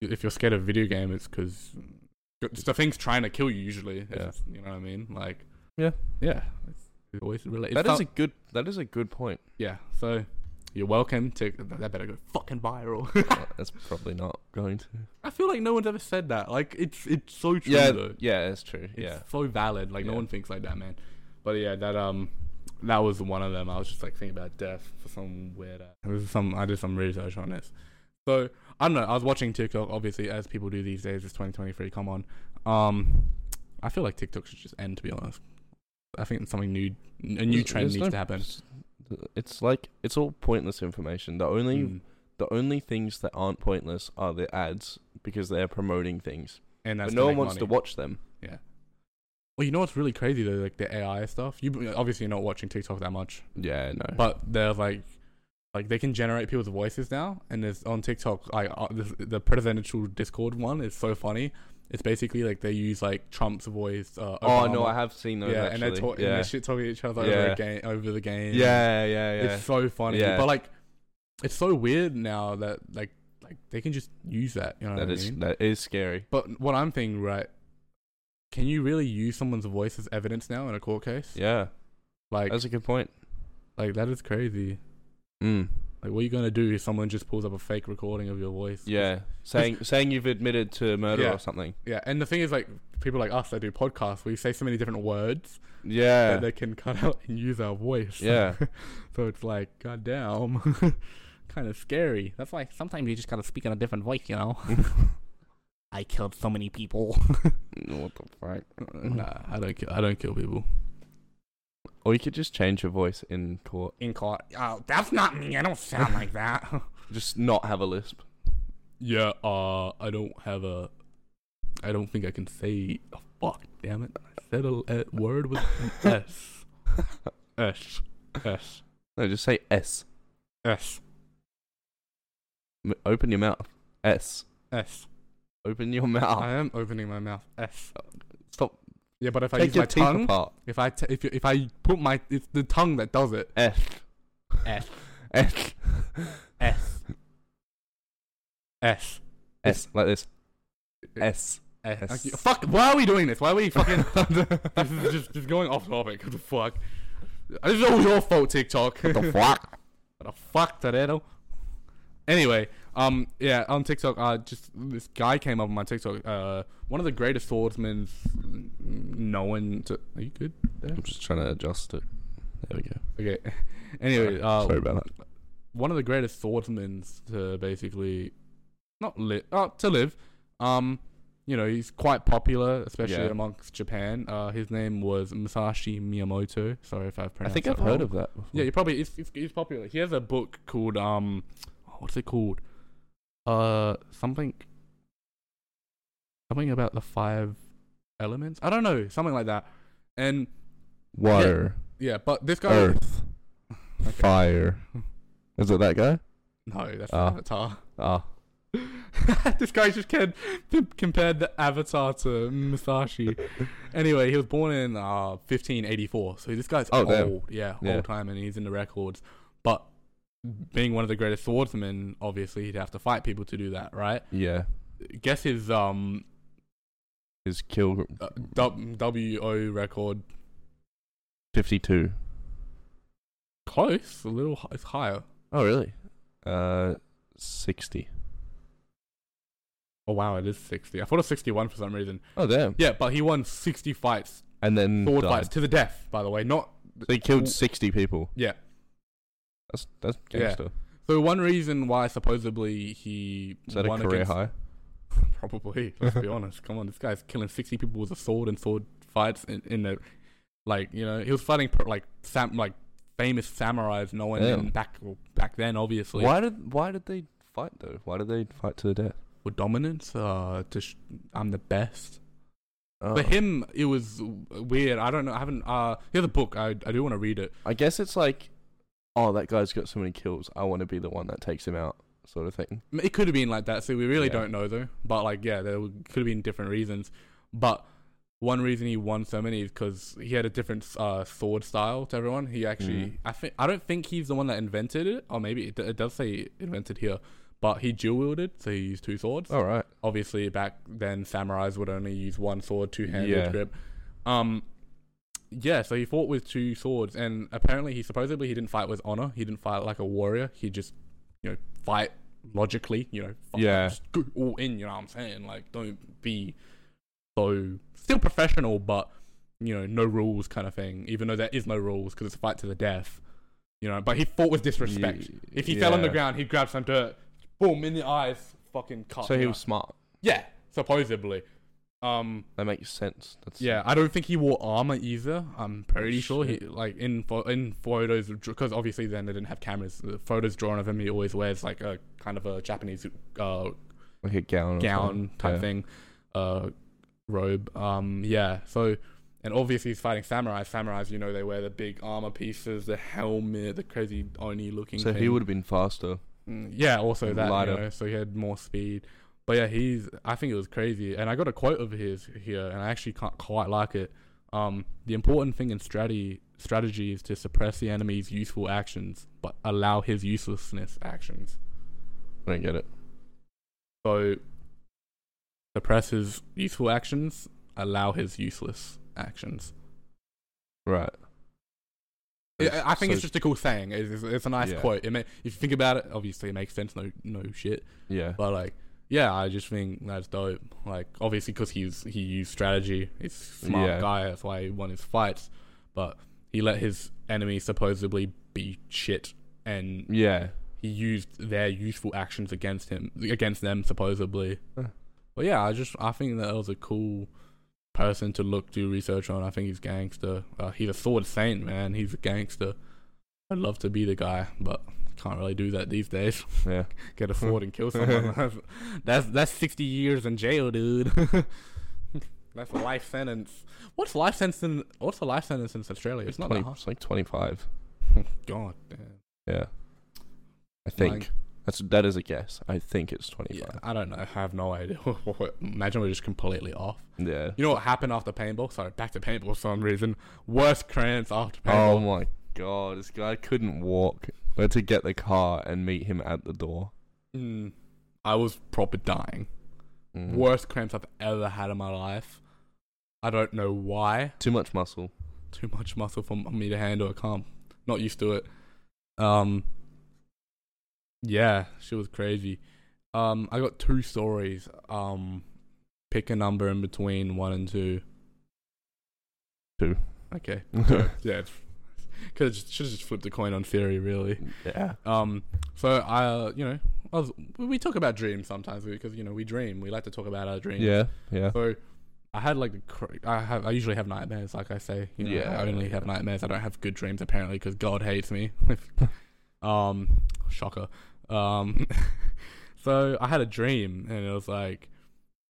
[SPEAKER 2] if you're scared of video game, it's because the thing's trying to kill you. Usually, It's-
[SPEAKER 4] Yeah.
[SPEAKER 2] you know what I mean. Like,
[SPEAKER 4] Yeah.
[SPEAKER 2] yeah, it's, it always relates.
[SPEAKER 4] That is a good. That is a good point.
[SPEAKER 2] yeah. So you're welcome to that. Better go fucking viral.
[SPEAKER 4] Well, That's probably not going to.
[SPEAKER 2] I feel like no one's ever said that. Like, it's it's so true.
[SPEAKER 4] Yeah,
[SPEAKER 2] though.
[SPEAKER 4] yeah, that's true.
[SPEAKER 2] It's
[SPEAKER 4] yeah,
[SPEAKER 2] so valid. Like no
[SPEAKER 4] Yeah.
[SPEAKER 2] one thinks like that, man. But yeah, that um, that was one of them. I was just like thinking about death for some weird. ass- There was some I did some research on this. So I don't know. I was watching TikTok, obviously, as people do these days. It's 2023. Come on. Um, I feel like TikTok should just end. To be honest, I think something new, a new
[SPEAKER 4] There's-
[SPEAKER 2] trend
[SPEAKER 4] there's
[SPEAKER 2] needs
[SPEAKER 4] no-
[SPEAKER 2] to happen.
[SPEAKER 4] It's like it's all pointless information. The only
[SPEAKER 2] Mm.
[SPEAKER 4] the only things that aren't pointless are the ads because they're promoting things.
[SPEAKER 2] And that's
[SPEAKER 4] but no
[SPEAKER 2] to
[SPEAKER 4] one
[SPEAKER 2] make
[SPEAKER 4] wants to
[SPEAKER 2] money.
[SPEAKER 4] watch them.
[SPEAKER 2] Well, you know what's really crazy though, like the AI stuff. You obviously not watching TikTok that much.
[SPEAKER 4] Yeah, no.
[SPEAKER 2] but they're like like they can generate people's voices now and it's on tiktok like uh, the, the presidential discord one is so funny it's basically like they use like trump's voice uh,
[SPEAKER 4] oh no,
[SPEAKER 2] Obama.
[SPEAKER 4] I have seen those.
[SPEAKER 2] yeah and
[SPEAKER 4] actually.
[SPEAKER 2] they're talking
[SPEAKER 4] Yeah.
[SPEAKER 2] they shit talking each other over,
[SPEAKER 4] Yeah.
[SPEAKER 2] a game, over the game
[SPEAKER 4] yeah, yeah, yeah.
[SPEAKER 2] it's so funny
[SPEAKER 4] Yeah.
[SPEAKER 2] but like it's so weird now that like like they can just use that you know
[SPEAKER 4] That
[SPEAKER 2] what
[SPEAKER 4] is
[SPEAKER 2] I mean?
[SPEAKER 4] that is scary.
[SPEAKER 2] but what i'm thinking right can you really use someone's voice as evidence now in a court case
[SPEAKER 4] Yeah,
[SPEAKER 2] like
[SPEAKER 4] that's a good point.
[SPEAKER 2] like that is crazy
[SPEAKER 4] Mm.
[SPEAKER 2] Like, what are you gonna do if someone just pulls up a fake recording of your voice?
[SPEAKER 4] Yeah, saying saying you've admitted to murder
[SPEAKER 2] Yeah.
[SPEAKER 4] or something.
[SPEAKER 2] yeah. And the thing is, like, people like us that do podcasts, we say so many different words
[SPEAKER 4] Yeah,
[SPEAKER 2] that they can cut out and use our voice.
[SPEAKER 4] Yeah.
[SPEAKER 2] so it's like, goddamn, kind of scary. That's why sometimes you just gotta speak in a different voice, you know. I killed so many people.
[SPEAKER 4] what the fuck?
[SPEAKER 2] nah, I don't. Kill, I don't kill people
[SPEAKER 4] Or you could just change your voice in court.
[SPEAKER 2] in court. Oh, that's not me. I don't sound like that.
[SPEAKER 4] Just not have a lisp.
[SPEAKER 2] yeah. Uh, I don't have a. I don't think I can say. Oh, fuck, damn it. said a, a word with an S. S. S.
[SPEAKER 4] No, just say S.
[SPEAKER 2] S.
[SPEAKER 4] M- open your mouth. S.
[SPEAKER 2] S.
[SPEAKER 4] Open your mouth.
[SPEAKER 2] I am opening my mouth. S.
[SPEAKER 4] Ah. Stop.
[SPEAKER 2] Yeah, but if I
[SPEAKER 4] Take
[SPEAKER 2] use my
[SPEAKER 4] your teeth
[SPEAKER 2] tongue,
[SPEAKER 4] apart.
[SPEAKER 2] if I t- if you- if I put my it's the tongue that does it.
[SPEAKER 4] S.
[SPEAKER 2] S.
[SPEAKER 4] S.
[SPEAKER 2] S. S.
[SPEAKER 4] S. Like this. S.
[SPEAKER 2] S.
[SPEAKER 4] S.
[SPEAKER 2] Like, Fuck! Why are we doing this? Why are we fucking? this is just just going off topic. What the fuck? This is all your fault, TikTok.
[SPEAKER 4] fuck?
[SPEAKER 2] What the fuck, Toretto? Anyway, um, yeah, on TikTok, uh, just this guy came up on my TikTok. Uh, one of the greatest swordsmen mm, known to. Are you good? There?
[SPEAKER 4] I'm just trying to adjust it. There we go.
[SPEAKER 2] Okay. Anyway, uh,
[SPEAKER 4] Sorry about that.
[SPEAKER 2] one of the greatest swordsmen to basically not live uh, to live. Um, you know, he's quite popular, especially
[SPEAKER 4] Yeah.
[SPEAKER 2] amongst Japan. Uh, his name was Musashi Miyamoto. Sorry if I've
[SPEAKER 4] I
[SPEAKER 2] pronounced.
[SPEAKER 4] think
[SPEAKER 2] that
[SPEAKER 4] I've
[SPEAKER 2] wrong.
[SPEAKER 4] heard of that before.
[SPEAKER 2] Yeah, you probably it's, it's, it's popular. He has a book called um, oh, what's it called? Uh, something, something about the five elements. I don't know, something like that. And
[SPEAKER 4] Water.
[SPEAKER 2] yeah, but this guy.
[SPEAKER 4] Earth.
[SPEAKER 2] Okay.
[SPEAKER 4] Fire. Is it that guy?
[SPEAKER 2] No, that's
[SPEAKER 4] Ah.
[SPEAKER 2] Avatar.
[SPEAKER 4] Ah.
[SPEAKER 2] this guy just can, compared the Avatar to Musashi. anyway, he was born in uh, 1584, so this guy's
[SPEAKER 4] Oh,
[SPEAKER 2] old,
[SPEAKER 4] damn.
[SPEAKER 2] yeah,
[SPEAKER 4] Yeah.
[SPEAKER 2] old time, and he's in the records. But being one of the greatest swordsmen, obviously he'd have to fight people to do that, right?
[SPEAKER 4] Yeah.
[SPEAKER 2] Guess his um
[SPEAKER 4] His kill
[SPEAKER 2] uh, W- WO record
[SPEAKER 4] 52.
[SPEAKER 2] close, a little hi- it's higher.
[SPEAKER 4] Oh, really? Uh, 60.
[SPEAKER 2] Oh wow, it is 60. I thought it was 61 for some reason.
[SPEAKER 4] Oh, damn.
[SPEAKER 2] Yeah, but he won 60 fights,
[SPEAKER 4] And then
[SPEAKER 2] sword
[SPEAKER 4] died.
[SPEAKER 2] fights to the death, by the way, not
[SPEAKER 4] So he killed 60 people.
[SPEAKER 2] yeah.
[SPEAKER 4] That's that's
[SPEAKER 2] Yeah.
[SPEAKER 4] gangster.
[SPEAKER 2] So one reason why supposedly he
[SPEAKER 4] Is that a career
[SPEAKER 2] against-
[SPEAKER 4] high?
[SPEAKER 2] probably. Let's be honest. Come on, this guy's killing sixty people with a sword and sword fights in, in the like you know he was fighting pro- like sam like famous samurais no one in
[SPEAKER 4] Damn.
[SPEAKER 2] back back then obviously
[SPEAKER 4] Why did why did they fight though? Why did they fight to the death?
[SPEAKER 2] with dominance uh to sh- I'm the best
[SPEAKER 4] Oh.
[SPEAKER 2] for him it was weird I don't know I haven't uh here's a book I I do want to read it
[SPEAKER 4] I guess it's like, oh, that guy's got so many kills. I want to be the one that takes him out, sort of thing.
[SPEAKER 2] M- It could have been like that. So we really
[SPEAKER 4] Yeah.
[SPEAKER 2] don't know though. But like, yeah, there w- could have been different reasons. But one reason he won so many is because he had a different uh, sword style to everyone. He actually, I think, I don't think he's the one that invented it, or maybe it, it does say invented here, but he dual wielded, so he used two swords.
[SPEAKER 4] All right.
[SPEAKER 2] Obviously, back then samurais would only use one sword, two handed
[SPEAKER 4] Yeah.
[SPEAKER 2] grip. Um, yeah, so he fought with two swords, and apparently he supposedly he didn't fight with honor. He didn't fight like a warrior. He just, you know, fight logically. You know, fight,
[SPEAKER 4] Yeah.
[SPEAKER 2] just go all in. You know what I'm saying? Like, don't be so still professional, but you know, no rules kind of thing. Even though there is no rules because it's a fight to the death. You know, but he fought with disrespect.
[SPEAKER 4] Ye-
[SPEAKER 2] if he fell on the
[SPEAKER 4] yeah.
[SPEAKER 2] ground, he'd grab some dirt, boom in the eyes, fucking cut.
[SPEAKER 4] So he
[SPEAKER 2] you know?
[SPEAKER 4] was smart.
[SPEAKER 2] yeah, supposedly. Um,
[SPEAKER 4] That makes sense. That's
[SPEAKER 2] yeah, I don't think he wore armor either. I'm pretty sure he like in pho- in photos because obviously then they didn't have cameras. The photos drawn of him, he always wears like a kind of a Japanese uh,
[SPEAKER 4] like a gown. Or
[SPEAKER 2] gown
[SPEAKER 4] something.
[SPEAKER 2] type
[SPEAKER 4] Yeah.
[SPEAKER 2] thing, uh, robe. Um, yeah. So, and obviously he's fighting samurai. Samurais, you know, they wear the big armor pieces, the helmet, the crazy oni looking.
[SPEAKER 4] So
[SPEAKER 2] thing.
[SPEAKER 4] he would have been faster.
[SPEAKER 2] Mm, Yeah, also that.
[SPEAKER 4] Lighter.
[SPEAKER 2] You know, so he had more speed. But yeah, he's. I think it was crazy. And I got a quote of his here, and I actually can't quite like it. Um, the important thing in strategy strategy is to suppress the enemy's useful actions, but allow his uselessness actions.
[SPEAKER 4] I don't get it.
[SPEAKER 2] So suppress his useful actions, allow his useless actions.
[SPEAKER 4] Right.
[SPEAKER 2] I I think
[SPEAKER 4] So-
[SPEAKER 2] it's just a cool saying. It's, it's, it's a nice
[SPEAKER 4] Yeah.
[SPEAKER 2] quote. It may, if you think about it, obviously it makes sense. No, no shit.
[SPEAKER 4] Yeah.
[SPEAKER 2] But like, yeah, I just think that's dope. Like, obviously, because he's he used strategy. He's a smart
[SPEAKER 4] Yeah.
[SPEAKER 2] guy. That's why he won his fights. But he let his enemy supposedly be shit, and
[SPEAKER 4] Yeah.
[SPEAKER 2] he used their useful actions against him, against them supposedly.
[SPEAKER 4] Huh.
[SPEAKER 2] But yeah, I just I think that was a cool person to look do research on. I think he's gangster. Uh, he's a sword saint, man. He's a gangster. I'd love to be the guy, but can't really do that these days
[SPEAKER 4] Yeah.
[SPEAKER 2] get a sword and kill someone. That's- that's that's sixty years in jail, dude. that's a life sentence. What's life sentence? In, what's a life sentence in Australia? It's not
[SPEAKER 4] 20,
[SPEAKER 2] that hard.
[SPEAKER 4] It's like 25.
[SPEAKER 2] God damn.
[SPEAKER 4] Yeah. I think.
[SPEAKER 2] Like-
[SPEAKER 4] That's that is a guess. I think it's 25.
[SPEAKER 2] Yeah, I don't know. I have no idea. Imagine we're just completely off.
[SPEAKER 4] Yeah.
[SPEAKER 2] You know what happened after paintball? Sorry, back to paintball for some reason. Worst cramps after
[SPEAKER 4] Oh
[SPEAKER 2] paintball.
[SPEAKER 4] my god, this guy couldn't walk. We had to get the car and meet him at the door.
[SPEAKER 2] Mm. I was proper dying.
[SPEAKER 4] Mm.
[SPEAKER 2] Worst cramps I've ever had in my life. I don't know why.
[SPEAKER 4] Too much muscle.
[SPEAKER 2] too much muscle for me to handle. I can't, not used to it. Um, yeah, she was crazy. Um, I got two stories. Um, pick a number in between one and two.
[SPEAKER 4] Two.
[SPEAKER 2] Okay. Yeah. Could should have just flipped a coin on theory, really.
[SPEAKER 4] yeah.
[SPEAKER 2] Um, so I, uh, you know, I was, we talk about dreams sometimes because you know we dream. We like to talk about our dreams.
[SPEAKER 4] Yeah. Yeah.
[SPEAKER 2] So I had like the cra- I have I usually have nightmares, like I say. You know,
[SPEAKER 4] Yeah.
[SPEAKER 2] I only have nightmares. I don't have good dreams apparently because God hates me. um, shocker. Um, so I had a dream and it was like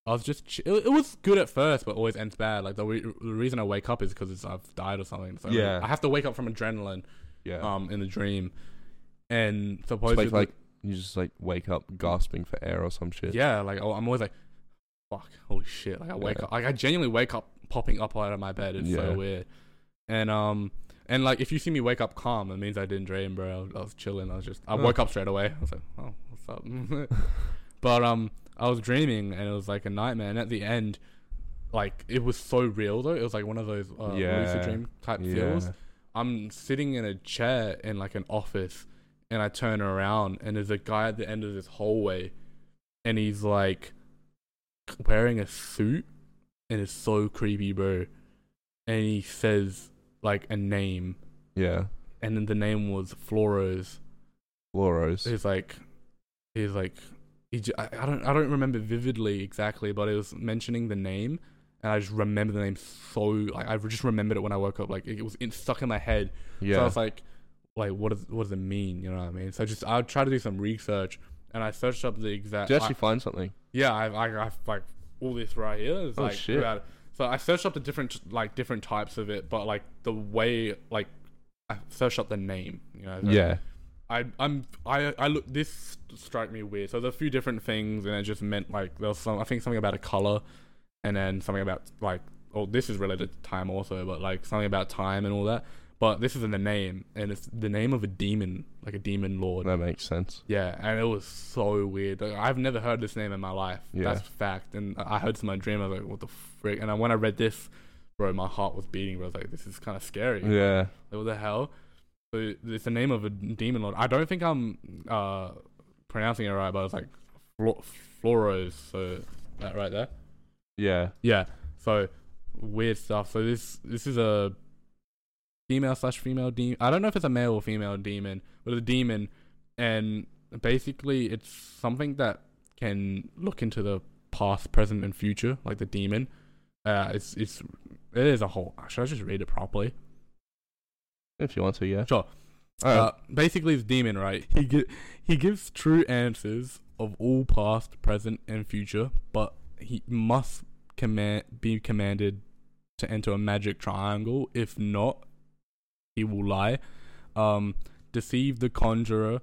[SPEAKER 2] I was just ch- it, it was good at first, but always ends bad. Like the, re- the reason I wake up is because I've died or something. So
[SPEAKER 4] Yeah.
[SPEAKER 2] I have to wake up from adrenaline.
[SPEAKER 4] Yeah.
[SPEAKER 2] Um, in the dream, and
[SPEAKER 4] It's
[SPEAKER 2] supposedly
[SPEAKER 4] like, like you just like wake up gasping for air or some shit.
[SPEAKER 2] yeah, like oh, I'm always like, fuck, holy shit! Like I wake
[SPEAKER 4] Yeah.
[SPEAKER 2] up, like I genuinely wake up popping up out of my bed. It's
[SPEAKER 4] Yeah.
[SPEAKER 2] so weird. And um, and like if you see me wake up calm, it means I didn't dream, bro. I was, I was chilling. I was just I
[SPEAKER 4] Huh.
[SPEAKER 2] woke up straight away. I was like, oh, what's up? but um, I was dreaming and it was like a nightmare. And at the end, like it was so real though. It was like one of those uh, lucid
[SPEAKER 4] Yeah.
[SPEAKER 2] dream type feels.
[SPEAKER 4] Yeah.
[SPEAKER 2] I'm sitting in a chair in like an office and I turn around and there's a guy at the end of this hallway and he's like wearing a suit and it's so creepy, bro. And he says like a name
[SPEAKER 4] Yeah.
[SPEAKER 2] and then the name was Floros.
[SPEAKER 4] Floros.
[SPEAKER 2] He's like, he's like, he j- I, I don't I don't remember vividly exactly, but it was mentioning the name, and I just remember the name so like I just remembered it when I woke up, like it was in, stuck in my head. So I
[SPEAKER 4] Yeah.
[SPEAKER 2] was like, like what does what does it mean? You know what I mean? So I just I would try to do some research, and I searched up the exact.
[SPEAKER 4] Did you actually
[SPEAKER 2] I-
[SPEAKER 4] find something?
[SPEAKER 2] yeah, I I, I like all this right here. Is,
[SPEAKER 4] Oh,
[SPEAKER 2] like,
[SPEAKER 4] shit.
[SPEAKER 2] about it. So I searched up the different like different types of it, but like the way like I searched up the name. You know. so-
[SPEAKER 4] Yeah.
[SPEAKER 2] I I'm I I look this struck me weird. So there's a few different things, and it just meant like there was some I think something about a color, and then something about like oh, this is related to time also, but like something about time and all that. But this is in the name, and it's the name of a demon, like a demon lord.
[SPEAKER 4] That makes sense.
[SPEAKER 2] Yeah, and it was so weird. Like, I've never heard this name in my life.
[SPEAKER 4] Yeah.
[SPEAKER 2] That's fact. And I I heard this in my dream. I was like, what the frick? And I, when I read this, bro, my heart was beating. Bro. I was like, this is kind of scary.
[SPEAKER 4] Yeah.
[SPEAKER 2] Like, what the hell? So it's the name of a demon lord. I don't think I'm uh, pronouncing it right, but it's like Flo- Floros. So that right there.
[SPEAKER 4] Yeah.
[SPEAKER 2] Yeah. So weird stuff. So this this is a female slash female demon. I don't know if it's a male or female demon, but it's a demon, and basically it's something that can look into the past, present, and future, like the demon. Uh, it's it's it is a whole. Should I just read it properly?
[SPEAKER 4] If you want to, yeah. Oh,
[SPEAKER 2] Sure.
[SPEAKER 4] All right.
[SPEAKER 2] Uh, basically, this demon, right? He gi- he gives true answers of all past, present, and future, but he must command be commanded to enter a magic triangle. If not, he will lie, um, deceive the conjurer,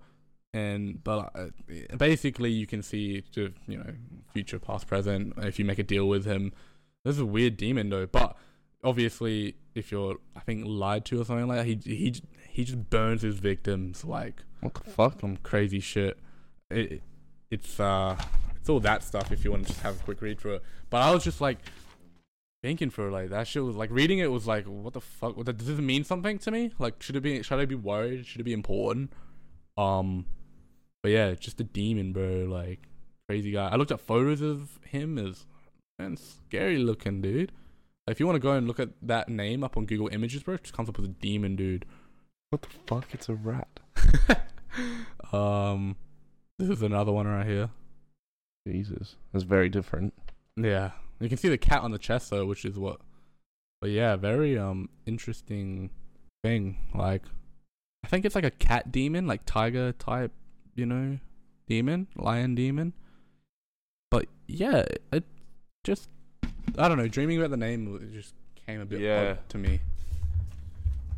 [SPEAKER 2] and but uh, basically, you can see to you know future, past, present. If you make a deal with him, this is a weird demon though. But obviously, if you're I think lied to or something like that, he he he just burns his victims like
[SPEAKER 4] what the fuck?
[SPEAKER 2] some crazy shit. It, it- it's uh, it's all that stuff. If you want to just have a quick read through it, but I was just like thinking for like that shit was like reading it was like what the fuck? What the, does this mean something to me? Like should it be? Should I be worried? Should it be important? Um, but yeah, it's just a demon, bro. Like crazy guy. I looked at photos of him as man scary looking dude. If you want to go and look at that name up on Google Images, bro, it just comes up with a demon dude.
[SPEAKER 4] What the fuck? It's a rat.
[SPEAKER 2] um, this is another one right here.
[SPEAKER 4] Jesus. That's very different.
[SPEAKER 2] Yeah, you can see the cat on the chest though, which is what. But yeah, very um interesting thing. Like, I think it's like a cat demon, like tiger type, you know, demon, lion demon. But yeah, it just I don't know. Dreaming about the name it just came a bit
[SPEAKER 4] Yeah.
[SPEAKER 2] odd to me,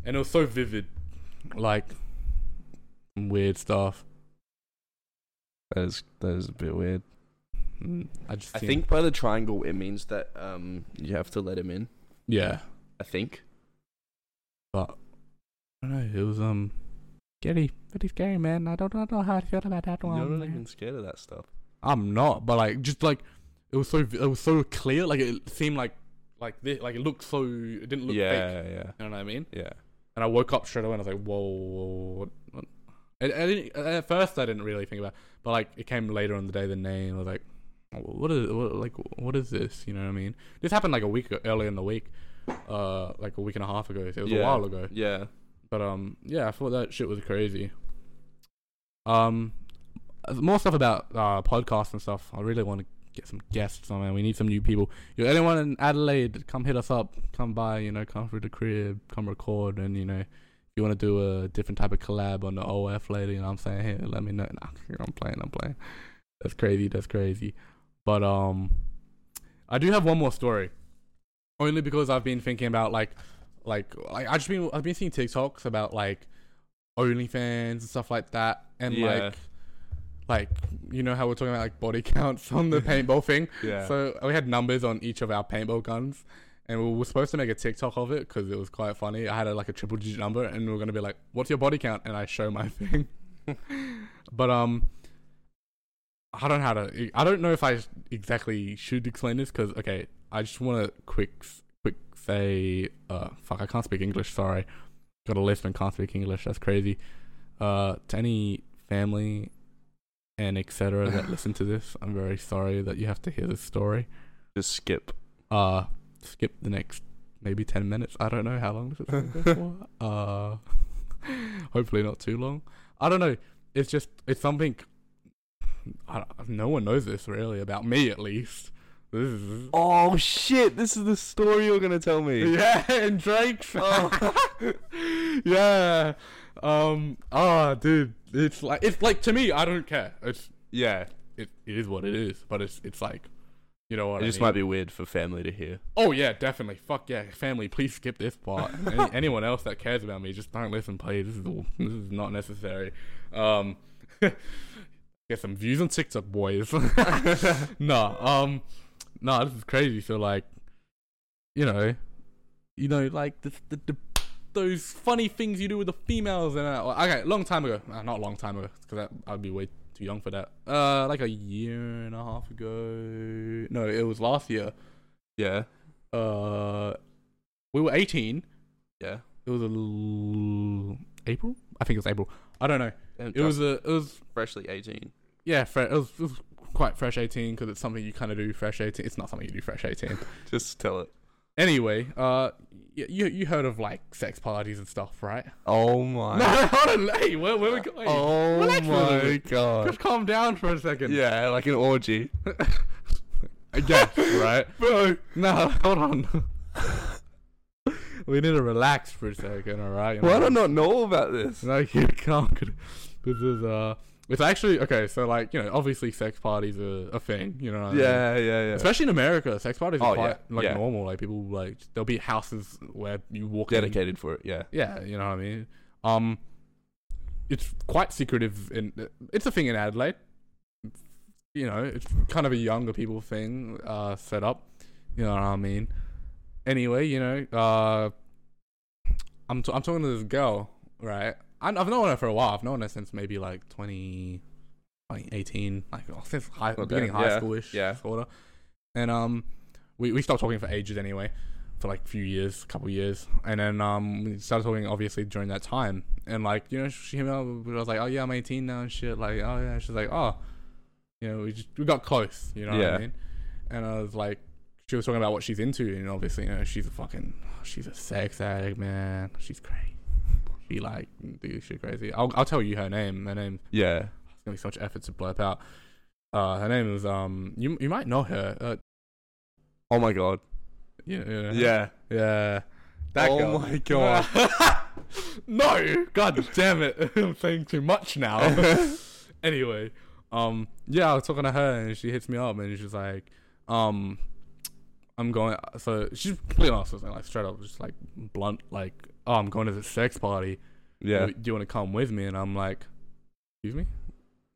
[SPEAKER 2] and it was so vivid, like weird stuff.
[SPEAKER 4] That is that is a bit weird.
[SPEAKER 2] Mm, I just
[SPEAKER 4] I think by the triangle it means that um you have to let him in.
[SPEAKER 2] yeah.
[SPEAKER 4] I think.
[SPEAKER 2] But I don't know. It was um scary, pretty scary, man. I don't, I don't know how I feel about that one.
[SPEAKER 4] You're not
[SPEAKER 2] man.
[SPEAKER 4] even scared of that stuff.
[SPEAKER 2] I'm not, but like just like it was so it was so clear. Like it seemed like like this, like it looked so it didn't look fake.
[SPEAKER 4] yeah,
[SPEAKER 2] You know what I mean?
[SPEAKER 4] yeah.
[SPEAKER 2] And I woke up straight away and I was like, whoa. whoa, what, what? I, I didn't, at first, I didn't really think about, it, but like it came later on the day. The name I was like, what is what, like what is this? You know what I mean? This happened like a week earlier in the week, uh, like a week and a half ago. So it was a
[SPEAKER 4] Yeah.
[SPEAKER 2] while ago.
[SPEAKER 4] Yeah.
[SPEAKER 2] But um, yeah, I thought that shit was crazy. Um, more stuff about uh, podcasts and stuff. I really want to get some guests on, man. We need some new people. You anyone in Adelaide, come hit us up. Come by, you know, come through the crib, come record, and you know, if you want to do a different type of collab on the OF later, you know what I'm saying? Here, let me know. Nah, I'm playing, I'm playing. That's crazy, that's crazy. But um, I do have one more story. Only because I've been thinking about like like like I just been I've been seeing TikToks about like OnlyFans and stuff like that, and
[SPEAKER 4] Yeah.
[SPEAKER 2] like like you know how we're talking about like body counts on the paintball thing.
[SPEAKER 4] Yeah.
[SPEAKER 2] So we had numbers on each of our paintball guns, and we were supposed to make a TikTok of it because it was quite funny. I had a, like a triple digit number, and we were gonna be like, "What's your body count?" And I show my thing, but um. I don't know how to. I don't know if I exactly should explain this because okay, I just want to quick, quick say, uh, fuck, I can't speak English. Sorry, got a list and can't speak English. That's crazy. Uh, to any family and etc. that listen to this, I'm very sorry that you have to hear this story.
[SPEAKER 4] Just skip.
[SPEAKER 2] Uh, skip the next maybe ten minutes. I don't know how long this is going to go for. Uh, hopefully not too long. I don't know. It's just it's something. I, no one knows this really about me at least. This is
[SPEAKER 4] Oh shit! This is the story you're gonna tell me.
[SPEAKER 2] yeah, and Drake. yeah. Um. Ah, dude. It's like it's like to me. I don't care. It's yeah. It it is what it is. But it's it's like, you know what?
[SPEAKER 4] It
[SPEAKER 2] I
[SPEAKER 4] just
[SPEAKER 2] mean?
[SPEAKER 4] might be weird for family to hear.
[SPEAKER 2] Oh yeah, definitely. Fuck yeah, family. Please skip this part. Any, anyone else that cares about me, just don't listen, please. This is all, this is not necessary. Um, get some views on TikTok, boys. nah, um, nah, this is crazy. So like, you know, you know, like the, the, the those funny things you do with the females and uh, okay, long time ago, uh, not long time ago, because I'd be way too young for that. Uh, like a year and a half ago. No, it was last year.
[SPEAKER 4] Yeah.
[SPEAKER 2] Uh, we were eighteen.
[SPEAKER 4] Yeah.
[SPEAKER 2] It was a l- April. I think it was April. I don't know.
[SPEAKER 4] And
[SPEAKER 2] It was a. It was
[SPEAKER 4] freshly 18.
[SPEAKER 2] yeah. Fre- it, was, it was quite fresh eighteen because it's something you kind of do fresh eighteen. It's not something you do fresh eighteen.
[SPEAKER 4] Just tell it.
[SPEAKER 2] Anyway, uh, y- you you heard of like sex parties and stuff, right?
[SPEAKER 4] Oh my.
[SPEAKER 2] No, hold on, hey, where where we going?
[SPEAKER 4] Oh
[SPEAKER 2] Relax a little
[SPEAKER 4] my
[SPEAKER 2] bit.
[SPEAKER 4] god.
[SPEAKER 2] Just calm down for a second.
[SPEAKER 4] Yeah, like an orgy.
[SPEAKER 2] I guess, right? Bro, no, hold on. we need to relax for a second, all right? You
[SPEAKER 4] Why do I
[SPEAKER 2] know?
[SPEAKER 4] not know about this?
[SPEAKER 2] No, you can't. This is uh, it's actually okay. So like, you know, obviously, sex parties are a thing. You know, what I mean?
[SPEAKER 4] Yeah, yeah, yeah.
[SPEAKER 2] Especially in America, sex parties
[SPEAKER 4] Oh,
[SPEAKER 2] are quite
[SPEAKER 4] yeah,
[SPEAKER 2] like
[SPEAKER 4] yeah.
[SPEAKER 2] normal. Like people like there'll be houses where you walk in
[SPEAKER 4] Dedicated for it, yeah.
[SPEAKER 2] Yeah, you know what I mean. Um, it's quite secretive, and it's a thing in Adelaide. You know, it's kind of a younger people thing uh, set up. You know what I mean. Anyway, you know, uh, I'm t- I'm talking to this girl, right? I- I've known her for a while. I've known her since maybe like 20, like 18, like oh, since high,
[SPEAKER 4] Okay,
[SPEAKER 2] beginning of high
[SPEAKER 4] yeah,
[SPEAKER 2] schoolish,
[SPEAKER 4] yeah.
[SPEAKER 2] sorta. And um, we we stopped talking for ages anyway for like a few years, couple years, and then um we started talking obviously during that time, and like you know she hit me up, I was like, oh yeah, I'm 18 now and shit, like oh yeah, she's like oh, you know we just we got close, you know what
[SPEAKER 4] Yeah.
[SPEAKER 2] I mean, and I was like, she was talking about what she's into, and obviously you know she's a fucking she's a sex addict, man, she's crazy, she like do shit crazy. I'll I'll tell you her name. Her name
[SPEAKER 4] Yeah.
[SPEAKER 2] it's gonna be so much effort to blurp out. Uh, her name is um you you might know her. Uh,
[SPEAKER 4] Oh my god.
[SPEAKER 2] you, you know,
[SPEAKER 4] Yeah.
[SPEAKER 2] yeah.
[SPEAKER 4] Uh-huh. oh
[SPEAKER 2] girl.
[SPEAKER 4] my god.
[SPEAKER 2] no, god damn it. I'm saying too much now. anyway, um yeah, I was talking to her and she hits me up and she's like, um I'm going so she's completely honest with me, like straight up, just like blunt, like, oh I'm going to the sex party.
[SPEAKER 4] yeah.
[SPEAKER 2] Do you wanna come with me? And I'm like, Excuse me?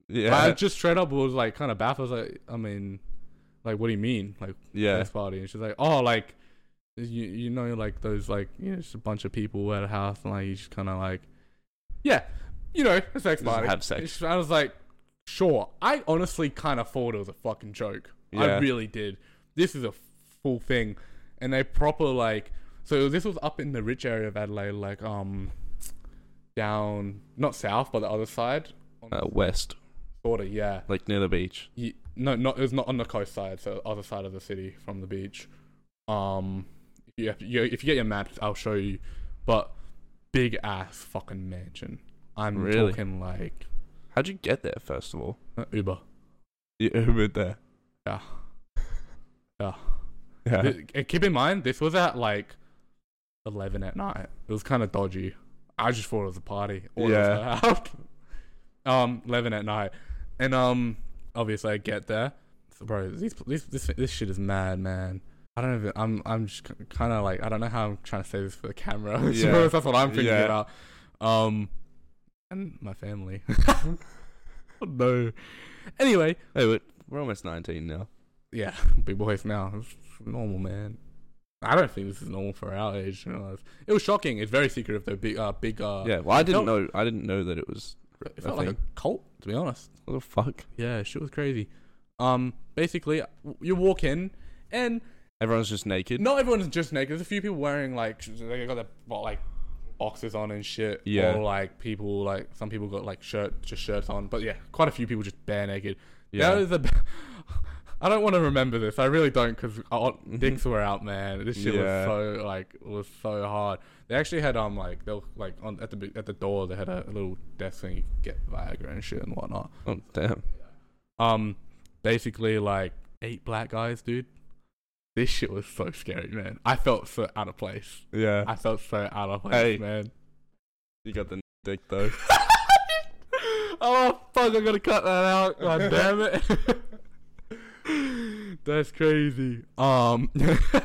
[SPEAKER 2] I
[SPEAKER 4] Yeah.
[SPEAKER 2] just straight up was like kind of baffled. I was like, I mean, like, what do you mean? Like,
[SPEAKER 4] Yeah.
[SPEAKER 2] sex party? And she's like, oh, like, you you know, like those like you know, just a bunch of people at a house and like you just kind of like, yeah, you know, a sex
[SPEAKER 4] Just
[SPEAKER 2] party.
[SPEAKER 4] have sex.
[SPEAKER 2] I was like, sure. I honestly kind of thought it was a fucking joke. I
[SPEAKER 4] Yeah.
[SPEAKER 2] really did. This is a full thing, and they proper like. So this was up in the rich area of Adelaide, like um, down not south but the other side,
[SPEAKER 4] Uh, west,
[SPEAKER 2] sort of yeah.
[SPEAKER 4] like near the beach.
[SPEAKER 2] Ye- no, not it was not on the coast side, so other side of the city from the beach. Um, you have, you, if you get your maps, I'll show you. But big ass fucking mansion. I'm
[SPEAKER 4] Really?
[SPEAKER 2] talking like
[SPEAKER 4] How'd you get there, first of all?
[SPEAKER 2] uh, Uber.
[SPEAKER 4] You Ubered there.
[SPEAKER 2] Yeah, yeah.
[SPEAKER 4] Yeah.
[SPEAKER 2] Th- and keep in mind, this was at like eleven at night. It was kind of dodgy. I just thought it was a party. Or
[SPEAKER 4] Yeah.
[SPEAKER 2] yeah. Out. um, eleven at night, and um, obviously I get there. So, bro, these, this this this shit is mad, man. I don't even. I'm I'm just kind of like I don't know how I'm trying to say this for the camera. To be
[SPEAKER 4] Yeah.
[SPEAKER 2] honest, that's what I'm thinking
[SPEAKER 4] Yeah.
[SPEAKER 2] about. Um, and my family. no. Anyway,
[SPEAKER 4] Hey, we're, we're almost 19 now.
[SPEAKER 2] yeah, big boys now. It's normal, man. I don't think this is normal for our age. You know. It was shocking. It's very secretive, though. Big, uh, big. Uh,
[SPEAKER 4] yeah. Well, I didn't
[SPEAKER 2] felt-
[SPEAKER 4] know. I didn't know that it was.
[SPEAKER 2] it
[SPEAKER 4] I
[SPEAKER 2] felt like a
[SPEAKER 4] think.
[SPEAKER 2] cult, to be honest.
[SPEAKER 4] What the fuck?
[SPEAKER 2] Yeah, shit was crazy. Um, basically, w- you walk in, and
[SPEAKER 4] Everyone's just naked.
[SPEAKER 2] not everyone's just naked. There's a few people wearing like sh- they got their bo- like boxes on and shit.
[SPEAKER 4] Yeah.
[SPEAKER 2] Or like people like some people got like shirt just shirts on, but yeah, quite a few people just bare naked.
[SPEAKER 4] Yeah.
[SPEAKER 2] There was a. I don't want to remember this. I really don't because dicks were out, man. This shit
[SPEAKER 4] Yeah.
[SPEAKER 2] was so like was so hard. They actually had um like they were like on at the big- at the door they had a little desk thing you could get Viagra and shit and whatnot.
[SPEAKER 4] Oh damn.
[SPEAKER 2] Um, basically like eight black guys, dude. This shit was so scary, man. I felt so out of place.
[SPEAKER 4] Yeah.
[SPEAKER 2] I felt so out of place,
[SPEAKER 4] Hey.
[SPEAKER 2] man.
[SPEAKER 4] you got the dick though.
[SPEAKER 2] oh fuck! I'm gonna cut that out. God damn it. That's crazy. Um,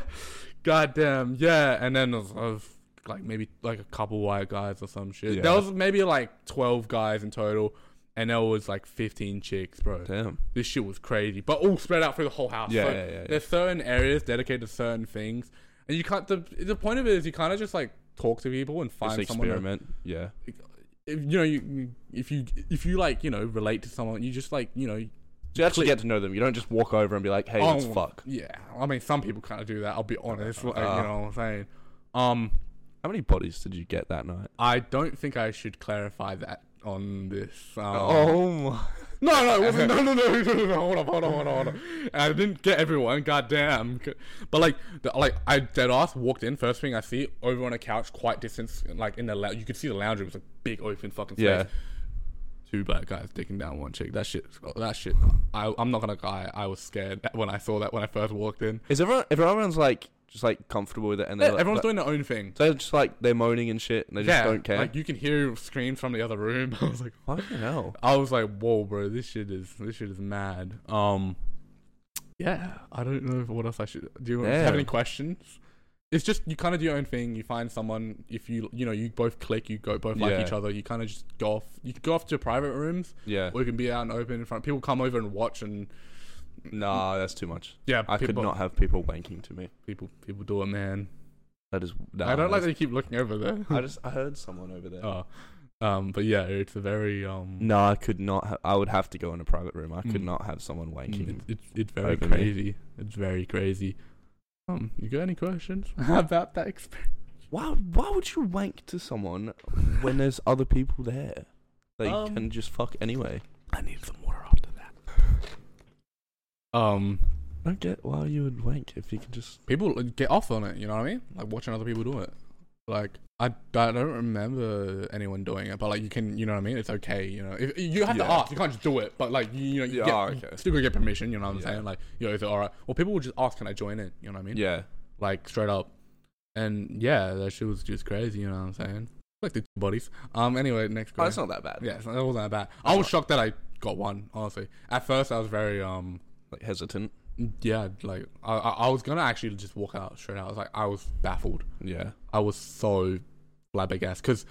[SPEAKER 2] god damn, yeah. And then there was, there was, like maybe like a couple white guys or some shit.
[SPEAKER 4] Yeah.
[SPEAKER 2] There was maybe like twelve guys in total, and there was like fifteen chicks, bro
[SPEAKER 4] Damn.
[SPEAKER 2] this shit was crazy, but all spread out through the whole house.
[SPEAKER 4] Yeah,
[SPEAKER 2] so
[SPEAKER 4] yeah, yeah, yeah.
[SPEAKER 2] There's certain areas dedicated to certain things. And you can't. The, the point of it is you kind of just like talk to people and
[SPEAKER 4] Just
[SPEAKER 2] find someone. that-
[SPEAKER 4] experiment. Yeah.
[SPEAKER 2] if you know, you, if you if you like, you know, relate to someone, you just like, you know,
[SPEAKER 4] So you actually get to know them. You don't just walk over and be like, "Hey, let's Oh,
[SPEAKER 2] Oh.
[SPEAKER 4] fuck."
[SPEAKER 2] Yeah, I mean, some people kind of do that. I'll be honest. Like,
[SPEAKER 4] Ah.
[SPEAKER 2] you know what I'm saying? Um,
[SPEAKER 4] How many bodies did you get that night?
[SPEAKER 2] I don't think I should clarify that on this. Um,
[SPEAKER 4] Oh, my!
[SPEAKER 2] No, no, it wasn't, no, no, no, no, no, no, hold on, hold on, hold on, hold on. I didn't get everyone, goddamn. But like, the, like I dead ass walked in. First thing I see over on a couch, quite distance, like in the lounge. You could see the lounge room was a big open fucking space.
[SPEAKER 4] Yeah.
[SPEAKER 2] Two black guys taking down one chick. That shit. That shit. I, I'm not gonna lie. I was scared when I saw that when I first walked in.
[SPEAKER 4] Is everyone? If everyone's like just like comfortable with it, and they're
[SPEAKER 2] Yeah,
[SPEAKER 4] like,
[SPEAKER 2] everyone's
[SPEAKER 4] like-
[SPEAKER 2] doing their own thing.
[SPEAKER 4] they're just like they're moaning and shit, and they just
[SPEAKER 2] yeah,
[SPEAKER 4] don't care.
[SPEAKER 2] like you can hear screams from the other room. I was like,
[SPEAKER 4] Fucking hell!
[SPEAKER 2] I was like, whoa, bro, this shit is this shit is mad. Um, yeah, I don't know what else I should. Do you
[SPEAKER 4] Yeah.
[SPEAKER 2] have any questions? It's just you kind of do your own thing. You find someone if you you know you both click, you go both like
[SPEAKER 4] Yeah.
[SPEAKER 2] each other. You kind of just go off. You can go off to your private rooms,
[SPEAKER 4] Yeah.
[SPEAKER 2] or you can be out and open in front. People come over and watch, and
[SPEAKER 4] Nah, that's too much.
[SPEAKER 2] yeah,
[SPEAKER 4] I could
[SPEAKER 2] people,
[SPEAKER 4] not have people wanking to me.
[SPEAKER 2] People people do it, man.
[SPEAKER 4] That is. Nah,
[SPEAKER 2] I don't like that
[SPEAKER 4] that's-
[SPEAKER 2] you keep looking over there.
[SPEAKER 4] I just. I heard someone over there.
[SPEAKER 2] oh, um, but yeah, it's a very um.
[SPEAKER 4] No, I could not. Ha- I would have to go in a private room. I could
[SPEAKER 2] Mm.
[SPEAKER 4] not have someone wanking.
[SPEAKER 2] Mm, It's, it's, it's very
[SPEAKER 4] over me.
[SPEAKER 2] crazy. It's very crazy. Um, you got any questions about that experience?
[SPEAKER 4] Why? Why would you wank to someone when there's other people there? They
[SPEAKER 2] Um,
[SPEAKER 4] can just fuck anyway.
[SPEAKER 2] I need some water after that. Um,
[SPEAKER 4] I don't get why you would wank if you can just.
[SPEAKER 2] people get off on it. You know what I mean? Like watching other people do it. Like I, I don't remember anyone doing it, but like you can, you know what I mean? It's okay. You know, if you have to
[SPEAKER 4] Yeah.
[SPEAKER 2] ask, you can't just do it. But like you, you know, you
[SPEAKER 4] Yeah,
[SPEAKER 2] get,
[SPEAKER 4] oh,
[SPEAKER 2] you
[SPEAKER 4] okay.
[SPEAKER 2] still gotta get permission. You know what I'm
[SPEAKER 4] Yeah.
[SPEAKER 2] saying? Like, you know, is it all right? Well, people will just ask, "Can I join in?" You know what I mean?
[SPEAKER 4] Yeah.
[SPEAKER 2] like straight up. And yeah, that shit was just crazy. You know what I'm saying? Like the two bodies. Um. Anyway, next
[SPEAKER 4] Oh,
[SPEAKER 2] question.
[SPEAKER 4] it's not that bad.
[SPEAKER 2] yeah, it's not, it wasn't that bad. I was shocked that I got one. Honestly, at first I was very um.
[SPEAKER 4] Like hesitant.
[SPEAKER 2] Yeah, like I I I was gonna actually just walk out straight out. I was like I was baffled.
[SPEAKER 4] Yeah.
[SPEAKER 2] I was so flabbergasted because,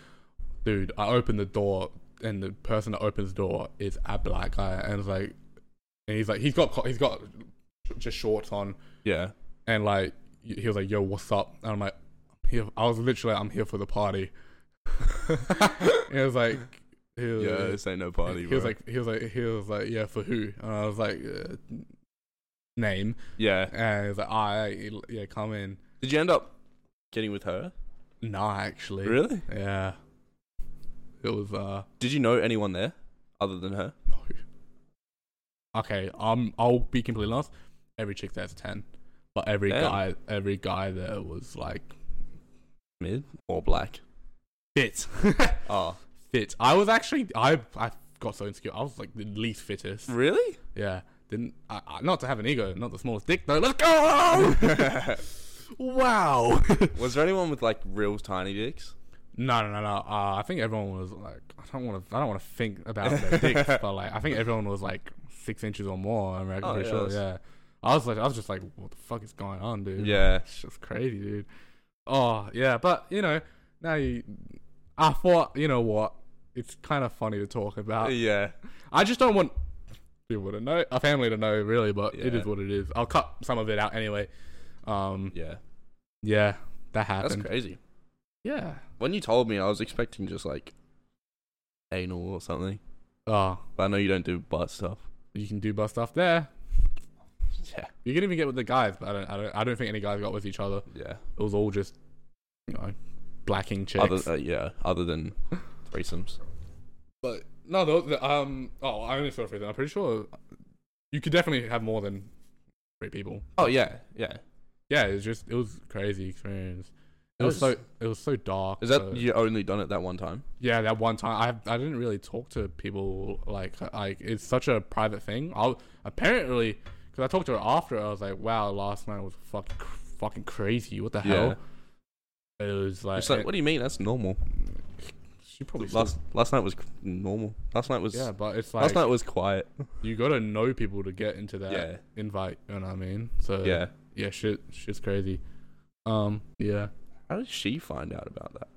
[SPEAKER 2] dude, I opened the door and the person that opens the door is a black guy and it's like, and he's like he's got co- he's got just shorts on
[SPEAKER 4] Yeah.
[SPEAKER 2] and like he was like, "Yo, what's up?" And I'm like, I'm "Here." I was literally, like, "I'm here for the party." and it was like, he was,
[SPEAKER 4] Yeah. This ain't no party.
[SPEAKER 2] he
[SPEAKER 4] bro.
[SPEAKER 2] was like, he was like, he was like, "Yeah, for who?" And I was like, uh, "Name."
[SPEAKER 4] Yeah.
[SPEAKER 2] And he was like, "Ah, yeah, yeah, come in."
[SPEAKER 4] Did you end up getting with her?
[SPEAKER 2] Nah, actually,
[SPEAKER 4] Really?
[SPEAKER 2] yeah, it was uh
[SPEAKER 4] Did you know anyone there other than her?
[SPEAKER 2] no. Okay, um, I'll be completely honest. Every chick there's ten, but every
[SPEAKER 4] Damn.
[SPEAKER 2] guy, every guy there was like
[SPEAKER 4] Mid or black?
[SPEAKER 2] fit.
[SPEAKER 4] Oh,
[SPEAKER 2] fit. I was actually I I got so insecure. I was like the least fittest.
[SPEAKER 4] really?
[SPEAKER 2] Yeah, didn't I, I, not to have an ego, not the smallest dick though. Let's go! wow.
[SPEAKER 4] Was there anyone with like real tiny dicks?
[SPEAKER 2] no, no, no, no. Uh, I think everyone was like I don't want to I don't want to think about their dicks, but like I think everyone was like six inches or more. I'm like,
[SPEAKER 4] Oh,
[SPEAKER 2] pretty
[SPEAKER 4] yeah,
[SPEAKER 2] sure.
[SPEAKER 4] that's-
[SPEAKER 2] Yeah. I was like, I was just like, what the fuck is going on, dude?
[SPEAKER 4] Yeah.
[SPEAKER 2] It's just crazy, dude. Oh, yeah, but you know, now you, I thought, you know what? It's kind of funny to talk about.
[SPEAKER 4] yeah.
[SPEAKER 2] I just don't want people to know, our family to know, really. But it
[SPEAKER 4] Yeah.
[SPEAKER 2] is what it is. I'll cut some of it out anyway. Um,
[SPEAKER 4] Yeah.
[SPEAKER 2] yeah, that happened.
[SPEAKER 4] That's crazy.
[SPEAKER 2] Yeah.
[SPEAKER 4] When you told me, I was expecting just like anal or something.
[SPEAKER 2] Oh,
[SPEAKER 4] But I know you don't do butt stuff.
[SPEAKER 2] you can do bust stuff there.
[SPEAKER 4] Yeah.
[SPEAKER 2] You can even get with the guys, but I don't. I don't, I don't think any guys got with each other.
[SPEAKER 4] Yeah.
[SPEAKER 2] It was all just, you know, blacking chicks.
[SPEAKER 4] Other, uh, yeah. Other than threesomes.
[SPEAKER 2] but no, those, the, um. Oh, I only saw three. I'm pretty sure you could definitely have more than three people.
[SPEAKER 4] Oh yeah. Yeah.
[SPEAKER 2] Yeah, it was just it was a crazy experience. It
[SPEAKER 4] That
[SPEAKER 2] was so
[SPEAKER 4] was-
[SPEAKER 2] it was so dark.
[SPEAKER 4] Is that
[SPEAKER 2] so-
[SPEAKER 4] you only done it that one time?
[SPEAKER 2] Yeah, that one time I I didn't really talk to people like like it's such a private thing. I apparently because I talked to her after I was like, wow, last night was fucking cr- fucking crazy. What the hell? It was like,
[SPEAKER 4] It's like, what do you mean? That's normal.
[SPEAKER 2] she probably still-
[SPEAKER 4] Last last night was c- normal. Last night was
[SPEAKER 2] yeah, but it's like
[SPEAKER 4] last night was quiet.
[SPEAKER 2] you gotta know people to get into that
[SPEAKER 4] Yeah.
[SPEAKER 2] invite. You know what I mean? So
[SPEAKER 4] Yeah.
[SPEAKER 2] yeah, shit, shit's crazy. Um, yeah,
[SPEAKER 4] How did she find out about that?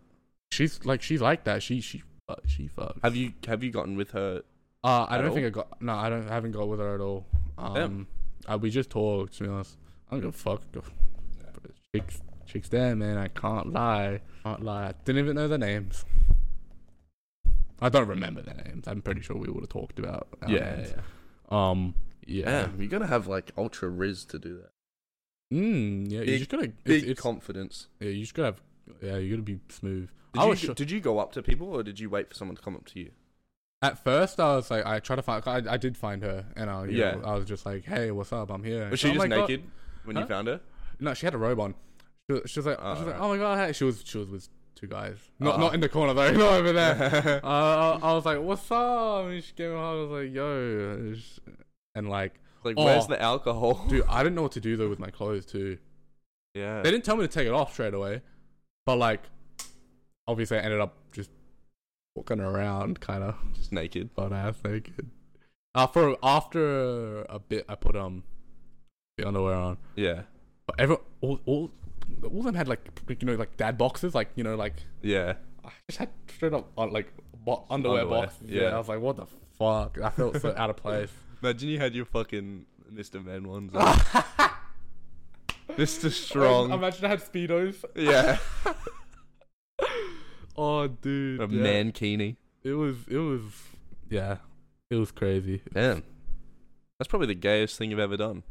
[SPEAKER 2] she's like she's like that. She she fuck- she fucks.
[SPEAKER 4] Have you have you gotten with her?
[SPEAKER 2] Uh, I
[SPEAKER 4] At
[SPEAKER 2] don't
[SPEAKER 4] all?
[SPEAKER 2] think I got. No, I don't. I haven't got with her at all. Um, uh,
[SPEAKER 4] Damn.
[SPEAKER 2] I, we just talked. To be honest, I don't give a fuck. Go- Chicks, Chicks there, man. I can't lie. Can't lie. I didn't even know their names. I don't remember their names. I'm pretty sure we would have talked about. Our
[SPEAKER 4] yeah,
[SPEAKER 2] names. Um. Yeah.
[SPEAKER 4] Damn, you gotta have like ultra riz to do that.
[SPEAKER 2] Mm, yeah. you
[SPEAKER 4] Big-
[SPEAKER 2] just gotta. it's-
[SPEAKER 4] Big
[SPEAKER 2] it's-
[SPEAKER 4] confidence.
[SPEAKER 2] yeah, you just gotta have. Yeah, you gotta be smooth.
[SPEAKER 4] Did
[SPEAKER 2] I
[SPEAKER 4] you,
[SPEAKER 2] was sho-
[SPEAKER 4] did you go up to people or did you wait for someone to come up to you?
[SPEAKER 2] At first, I was like, I tried to find. I, I did find her, and I, you
[SPEAKER 4] Yeah.
[SPEAKER 2] know, I was just like, "Hey, what's up? I'm here."
[SPEAKER 4] Was she
[SPEAKER 2] Oh
[SPEAKER 4] just
[SPEAKER 2] my God.
[SPEAKER 4] naked when you
[SPEAKER 2] Huh?
[SPEAKER 4] found her?
[SPEAKER 2] No, she had a robe on. She was, she was like, she was like,
[SPEAKER 4] Alright.
[SPEAKER 2] "Oh my god!" Hey. She was, she was with two guys. Not,
[SPEAKER 4] Ah.
[SPEAKER 2] not in the corner though. Not over there. uh, I, I was like, "What's up?" And she gave me a hug. I was like, "Yo," and like,
[SPEAKER 4] Like,
[SPEAKER 2] Oh.
[SPEAKER 4] where's the alcohol?
[SPEAKER 2] dude, I didn't know what to do though with my clothes too.
[SPEAKER 4] Yeah.
[SPEAKER 2] They didn't tell me to take it off straight away, but like, obviously, I ended up just walking around, kind of.
[SPEAKER 4] Just naked.
[SPEAKER 2] butt ass naked. Uh, for after a bit, I put um the underwear on.
[SPEAKER 4] Yeah.
[SPEAKER 2] But every all all all of them had like you know like dad boxes, like you know like
[SPEAKER 4] Yeah.
[SPEAKER 2] I just had straight up uh, like bo- underwear,
[SPEAKER 4] Underwear,
[SPEAKER 2] boxes. Yeah.
[SPEAKER 4] yeah.
[SPEAKER 2] I was like, what the fuck? I felt so out of place.
[SPEAKER 4] Imagine you had your fucking Mr. Men ones. on. Mr. Strong.
[SPEAKER 2] Imagine I had speedos.
[SPEAKER 4] yeah.
[SPEAKER 2] Oh, dude,
[SPEAKER 4] A
[SPEAKER 2] yeah.
[SPEAKER 4] mankini.
[SPEAKER 2] It was it was yeah, it was crazy.
[SPEAKER 4] Damn. That's probably the gayest thing you've ever done.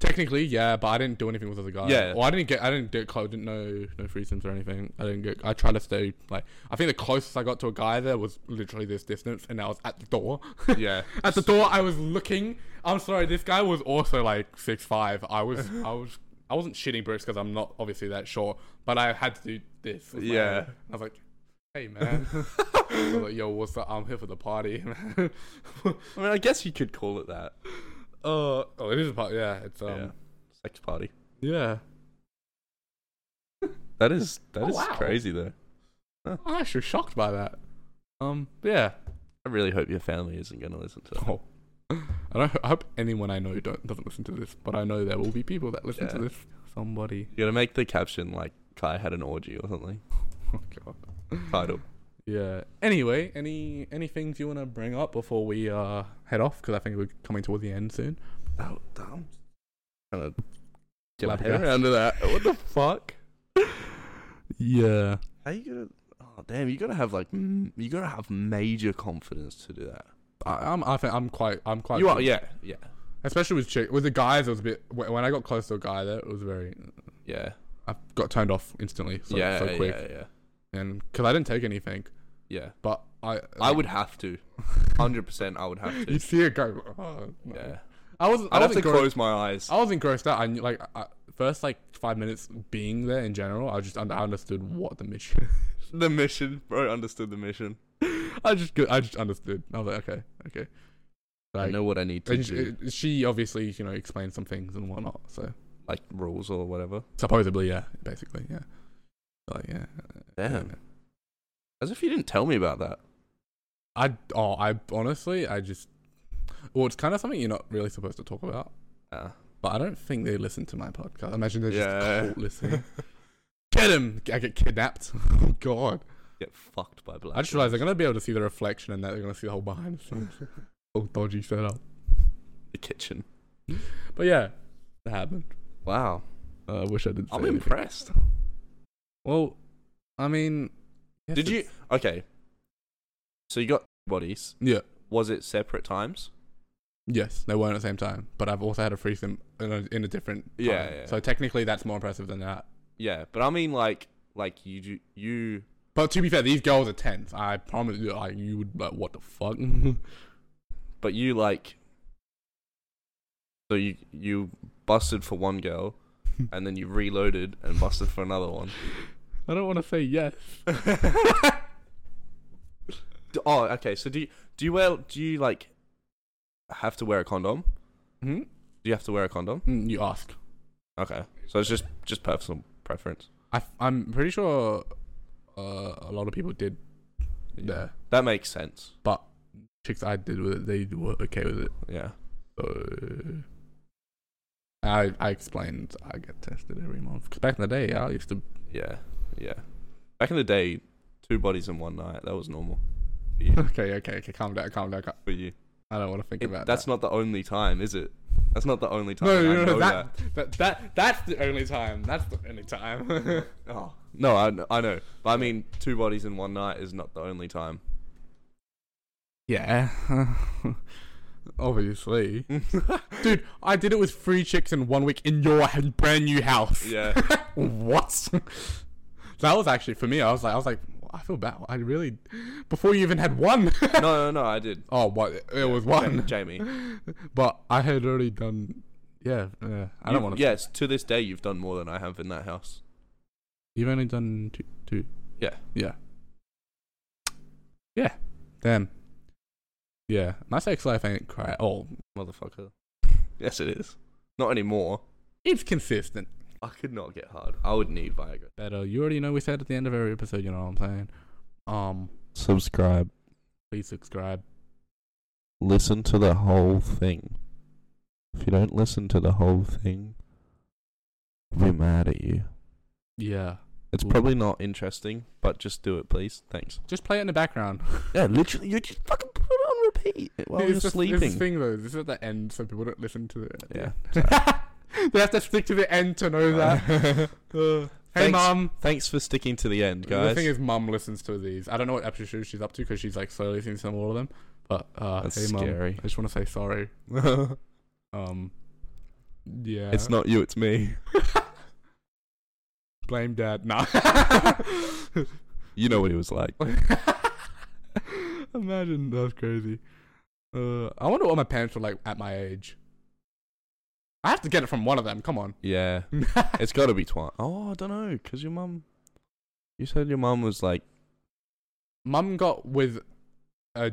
[SPEAKER 2] Technically, yeah, but I didn't do anything with other guys.
[SPEAKER 4] Yeah.
[SPEAKER 2] Well, I didn't get, I didn't get close, didn't know no threesomes or anything. I didn't get, I tried to stay like, I think the closest I got to a guy there was literally this distance, and I was at the door.
[SPEAKER 4] Yeah.
[SPEAKER 2] at the door, I was looking. I'm sorry, this guy was also like six five. I was, I was, I wasn't shitting bricks because I'm not obviously that short, but I had to do this. with my
[SPEAKER 4] Yeah.
[SPEAKER 2] hand. I was like, hey man, I was like, yo, what's up? I'm here for the party. Uh, man."
[SPEAKER 4] I mean, I guess you could call it that.
[SPEAKER 2] uh, oh, it is a party. Yeah, it's um,
[SPEAKER 4] yeah. Sex party.
[SPEAKER 2] yeah.
[SPEAKER 4] That is that
[SPEAKER 2] Oh,
[SPEAKER 4] is
[SPEAKER 2] wow.
[SPEAKER 4] crazy though.
[SPEAKER 2] I'm actually shocked by that. Um, but yeah.
[SPEAKER 4] I really hope your family isn't going to listen to it.
[SPEAKER 2] Oh. I, don't, I hope anyone I know don't doesn't listen to this, but I know there will be people that listen to
[SPEAKER 4] Yeah.
[SPEAKER 2] this. Somebody.
[SPEAKER 4] You got to make the caption like Kai had an orgy or something.
[SPEAKER 2] Oh god.
[SPEAKER 4] Title.
[SPEAKER 2] Yeah. Anyway, any any things you want to bring up before we uh head off? Because I think we're coming towards the end soon.
[SPEAKER 4] Oh, damn. Kind of get my head
[SPEAKER 2] Flabbergasted.
[SPEAKER 4] around to that. What the fuck?
[SPEAKER 2] Yeah.
[SPEAKER 4] How you gonna? Oh, damn! You gotta have like, m- you gotta have major confidence to do that.
[SPEAKER 2] I, I'm. I think I'm quite. I'm quite.
[SPEAKER 4] You
[SPEAKER 2] good.
[SPEAKER 4] are, yeah, yeah,
[SPEAKER 2] Especially with chick. With the guys, it was a bit. wh- When I got close to a guy, there it was very.
[SPEAKER 4] yeah,
[SPEAKER 2] I got turned off instantly. So,
[SPEAKER 4] yeah,
[SPEAKER 2] so
[SPEAKER 4] yeah,
[SPEAKER 2] quick.
[SPEAKER 4] yeah, yeah,
[SPEAKER 2] And because I didn't take anything,
[SPEAKER 4] yeah.
[SPEAKER 2] but I.
[SPEAKER 4] I would have to, hundred percent. I would have
[SPEAKER 2] You
[SPEAKER 4] to.
[SPEAKER 2] see it go. Oh, no.
[SPEAKER 4] Yeah,
[SPEAKER 2] I wasn't. I
[SPEAKER 4] I'd have to
[SPEAKER 2] wasn't grossed.
[SPEAKER 4] close my eyes.
[SPEAKER 2] I wasn't grossed out. I knew, like I, first like five minutes being there in general. I just un- I understood what the mission.
[SPEAKER 4] The mission, bro. Understood the mission.
[SPEAKER 2] I just go- I just understood. I was like, okay, okay.
[SPEAKER 4] I
[SPEAKER 2] Like,
[SPEAKER 4] know what I need to
[SPEAKER 2] and
[SPEAKER 4] do,
[SPEAKER 2] she, she obviously you know explained some things and whatnot. So
[SPEAKER 4] like rules or whatever.
[SPEAKER 2] supposedly, yeah, basically, yeah. Like yeah.
[SPEAKER 4] Damn. As if you didn't tell me about that.
[SPEAKER 2] I oh I honestly I just well it's kind of something you're not really supposed to talk about.
[SPEAKER 4] Uh,
[SPEAKER 2] But I don't think they listen to my podcast. I imagine they're
[SPEAKER 4] Yeah.
[SPEAKER 2] just caught listening. Get him! I get kidnapped. Oh God!
[SPEAKER 4] get fucked by black.
[SPEAKER 2] I just realized they're gonna be able to see the reflection and that they're gonna see the whole behind the scenes. whole dodgy setup.
[SPEAKER 4] the kitchen.
[SPEAKER 2] But yeah, that happened.
[SPEAKER 4] Wow,
[SPEAKER 2] Uh, I wish I didn't. Say
[SPEAKER 4] I'm
[SPEAKER 2] anything.
[SPEAKER 4] impressed.
[SPEAKER 2] Well, I mean, yes,
[SPEAKER 4] Did you?
[SPEAKER 2] it's-
[SPEAKER 4] Okay. So you got bodies.
[SPEAKER 2] Yeah.
[SPEAKER 4] Was it separate times?
[SPEAKER 2] Yes, they weren't at the same time. But I've also had a threesome in a, in a different. Time.
[SPEAKER 4] Yeah, yeah.
[SPEAKER 2] So technically, that's more impressive than that.
[SPEAKER 4] Yeah, but I mean like like you do you
[SPEAKER 2] But to be fair, these girls are tense. I promise you, I, you would like, what the fuck?
[SPEAKER 4] but you like so you you busted for one girl and then you reloaded and busted for another one.
[SPEAKER 2] I don't want to say yes.
[SPEAKER 4] D- Oh, okay. So do you do you wear do you like have to wear a condom?
[SPEAKER 2] Hmm?
[SPEAKER 4] Do you have to wear a condom?
[SPEAKER 2] Mm, you ask.
[SPEAKER 4] Okay. So it's just just personal preference.
[SPEAKER 2] I, am pretty sure uh, a lot of people did there,
[SPEAKER 4] That makes sense.
[SPEAKER 2] but chicks I did with it, they were okay with it.
[SPEAKER 4] Yeah.
[SPEAKER 2] So I I explained I get tested every month. 'Cause back in the day, I used to.
[SPEAKER 4] Yeah. Yeah. Back in the day, two bodies in one night, that was normal
[SPEAKER 2] Okay, okay, okay. Calm down, calm down. Calm.
[SPEAKER 4] for you.
[SPEAKER 2] I don't want to think
[SPEAKER 4] It-
[SPEAKER 2] about
[SPEAKER 4] that's
[SPEAKER 2] that.
[SPEAKER 4] not the only time, is it? That's not the only time.
[SPEAKER 2] No,
[SPEAKER 4] I
[SPEAKER 2] no, no,
[SPEAKER 4] know
[SPEAKER 2] that, that that that's the only time. That's the only time.
[SPEAKER 4] that. Oh no, I know, I know. But I mean, two bodies in one night is not the only time.
[SPEAKER 2] yeah, obviously, dude. I did it with three chicks in one week in your h- brand new house.
[SPEAKER 4] Yeah.
[SPEAKER 2] what? That was actually for me. I was like, I was like, I feel bad. I really before you even had one.
[SPEAKER 4] No, no, no. I did.
[SPEAKER 2] oh, what? It was one.
[SPEAKER 4] Jamie.
[SPEAKER 2] But I had already done. Yeah, yeah. I don't want to.
[SPEAKER 4] Yes, to this day, you've done more than I have in that house.
[SPEAKER 2] You've only done two. two.
[SPEAKER 4] Yeah.
[SPEAKER 2] Yeah. Yeah. Damn. Yeah. My sex life ain't cry. Oh,
[SPEAKER 4] Motherfucker. Yes, it is. Not anymore.
[SPEAKER 2] it's consistent.
[SPEAKER 4] I could not get hard. I would need Viagra.
[SPEAKER 2] Better. uh, You already know we said at the end of every episode. You know what I'm saying? Um.
[SPEAKER 5] Subscribe.
[SPEAKER 2] Please subscribe.
[SPEAKER 5] Listen to the whole thing. If you don't listen to the whole thing, I'll be mad at you.
[SPEAKER 2] Yeah.
[SPEAKER 4] It's
[SPEAKER 2] Ooh.
[SPEAKER 4] probably not interesting, but just do it, please. Thanks.
[SPEAKER 2] Just play it in the background.
[SPEAKER 5] Yeah, literally, you just fucking put it on repeat while
[SPEAKER 2] It's
[SPEAKER 5] you're
[SPEAKER 2] this-
[SPEAKER 5] sleeping.
[SPEAKER 2] This thing though. This is at the end, so people don't listen to it.
[SPEAKER 5] Yeah.
[SPEAKER 2] they have to stick to the end to know that. Uh, hey,
[SPEAKER 4] Thanks,
[SPEAKER 2] mom.
[SPEAKER 4] Thanks for sticking to the end,
[SPEAKER 2] The
[SPEAKER 4] guys.
[SPEAKER 2] thing is, mum listens to these. I don't know what episode she's up to because she's like slowly seen some all of them. But uh,
[SPEAKER 4] That's
[SPEAKER 2] hey, mum,
[SPEAKER 4] scary.
[SPEAKER 2] I just want to say sorry. Um, yeah,
[SPEAKER 4] It's not you, it's me.
[SPEAKER 2] blame dad. Nah.
[SPEAKER 4] You know what he was like.
[SPEAKER 2] Imagine that's crazy. Uh, I wonder what my parents were like at my age. I have to get it from one of them. Come on.
[SPEAKER 4] Yeah. It's got to be Twan. Oh, I don't know, because your mum. You said your mum was like.
[SPEAKER 2] Mum got with a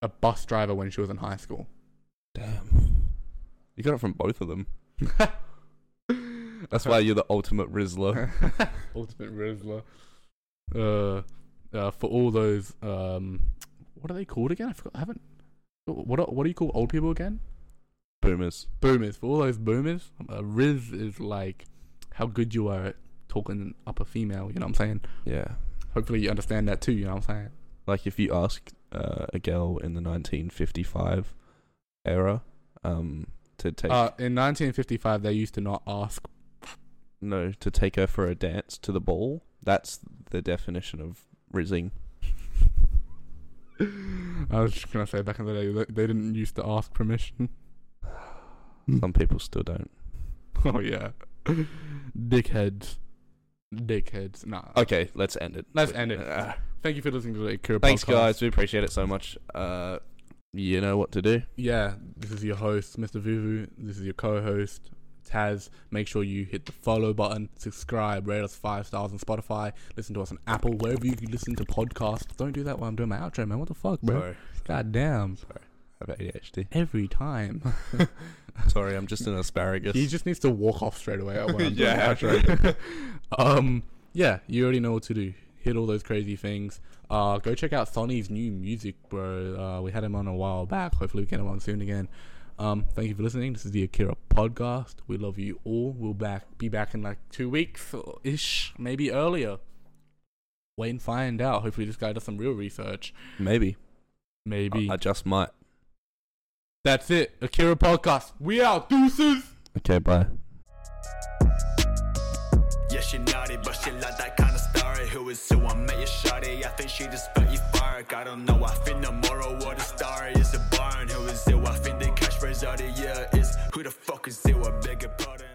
[SPEAKER 2] a bus driver when she was in high school.
[SPEAKER 4] Damn. You got it from both of them. That's why you're the ultimate Rizzler.
[SPEAKER 2] Ultimate Rizzler. Uh, uh, for all those um, what are they called again? I forgot. I haven't. What are, what do you call old people again?
[SPEAKER 4] Boomers.
[SPEAKER 2] Boomers. For all those boomers, uh, Riz is like how good you are at talking up a female. You know what I'm saying?
[SPEAKER 4] Yeah.
[SPEAKER 2] Hopefully you understand that too. You know what I'm saying?
[SPEAKER 4] like if you ask uh, a girl in the 1955 era um, to take
[SPEAKER 2] Uh, in 1955, they used to not ask.
[SPEAKER 4] no to take her for a dance to the ball, that's the definition of rizzing.
[SPEAKER 2] I was just gonna say back in the day they- they didn't used to ask permission.
[SPEAKER 4] Some people still don't.
[SPEAKER 2] oh yeah, dickheads, dickheads. Nah.
[SPEAKER 4] Okay, let's end it.
[SPEAKER 2] Uh, Let's end it.
[SPEAKER 4] Uh,
[SPEAKER 2] Thank you for listening to the Akira
[SPEAKER 4] thanks,
[SPEAKER 2] podcast.
[SPEAKER 4] guys. We appreciate it so much. Uh, you know what to do.
[SPEAKER 2] Yeah, this is your host, Mr. Vuvu. This is your co-host, Taz. Make sure you hit the follow button, subscribe, rate us five stars on Spotify, listen to us on Apple, wherever you can listen to podcasts. Don't do that while I'm doing my outro, man. What the fuck, bro?
[SPEAKER 4] Sorry,
[SPEAKER 2] God damn.
[SPEAKER 4] I have ADHD.
[SPEAKER 2] Every time.
[SPEAKER 4] Sorry, I'm just an asparagus.
[SPEAKER 2] He just needs to walk off straight away. When I'm
[SPEAKER 4] Yeah.
[SPEAKER 2] doing the outro. um. Yeah, you already know what to do. Hit all those crazy things. Uh, go check out Sonny's new music, bro. Uh, we had him on a while back. Hopefully, we get him on soon again. Um, thank you for listening. This is the Akira podcast. We love you all. We'll back be back in like two weeks ish, maybe earlier. Wait and find out. Hopefully, this guy does some real research.
[SPEAKER 4] Maybe.
[SPEAKER 2] Maybe.
[SPEAKER 4] Uh, I, I just might.
[SPEAKER 2] That's it. Akira podcast. We out. Deuces.
[SPEAKER 5] okay, bye.
[SPEAKER 6] Yeah, she naughty, but she like that kind of story. Who is who? I met your shawty. I think she just felt euphoric. I don't know. I think the moral of the story is a barn. Who is who? I think the catchphrase of the year is who the fuck is who? I beg your pardon.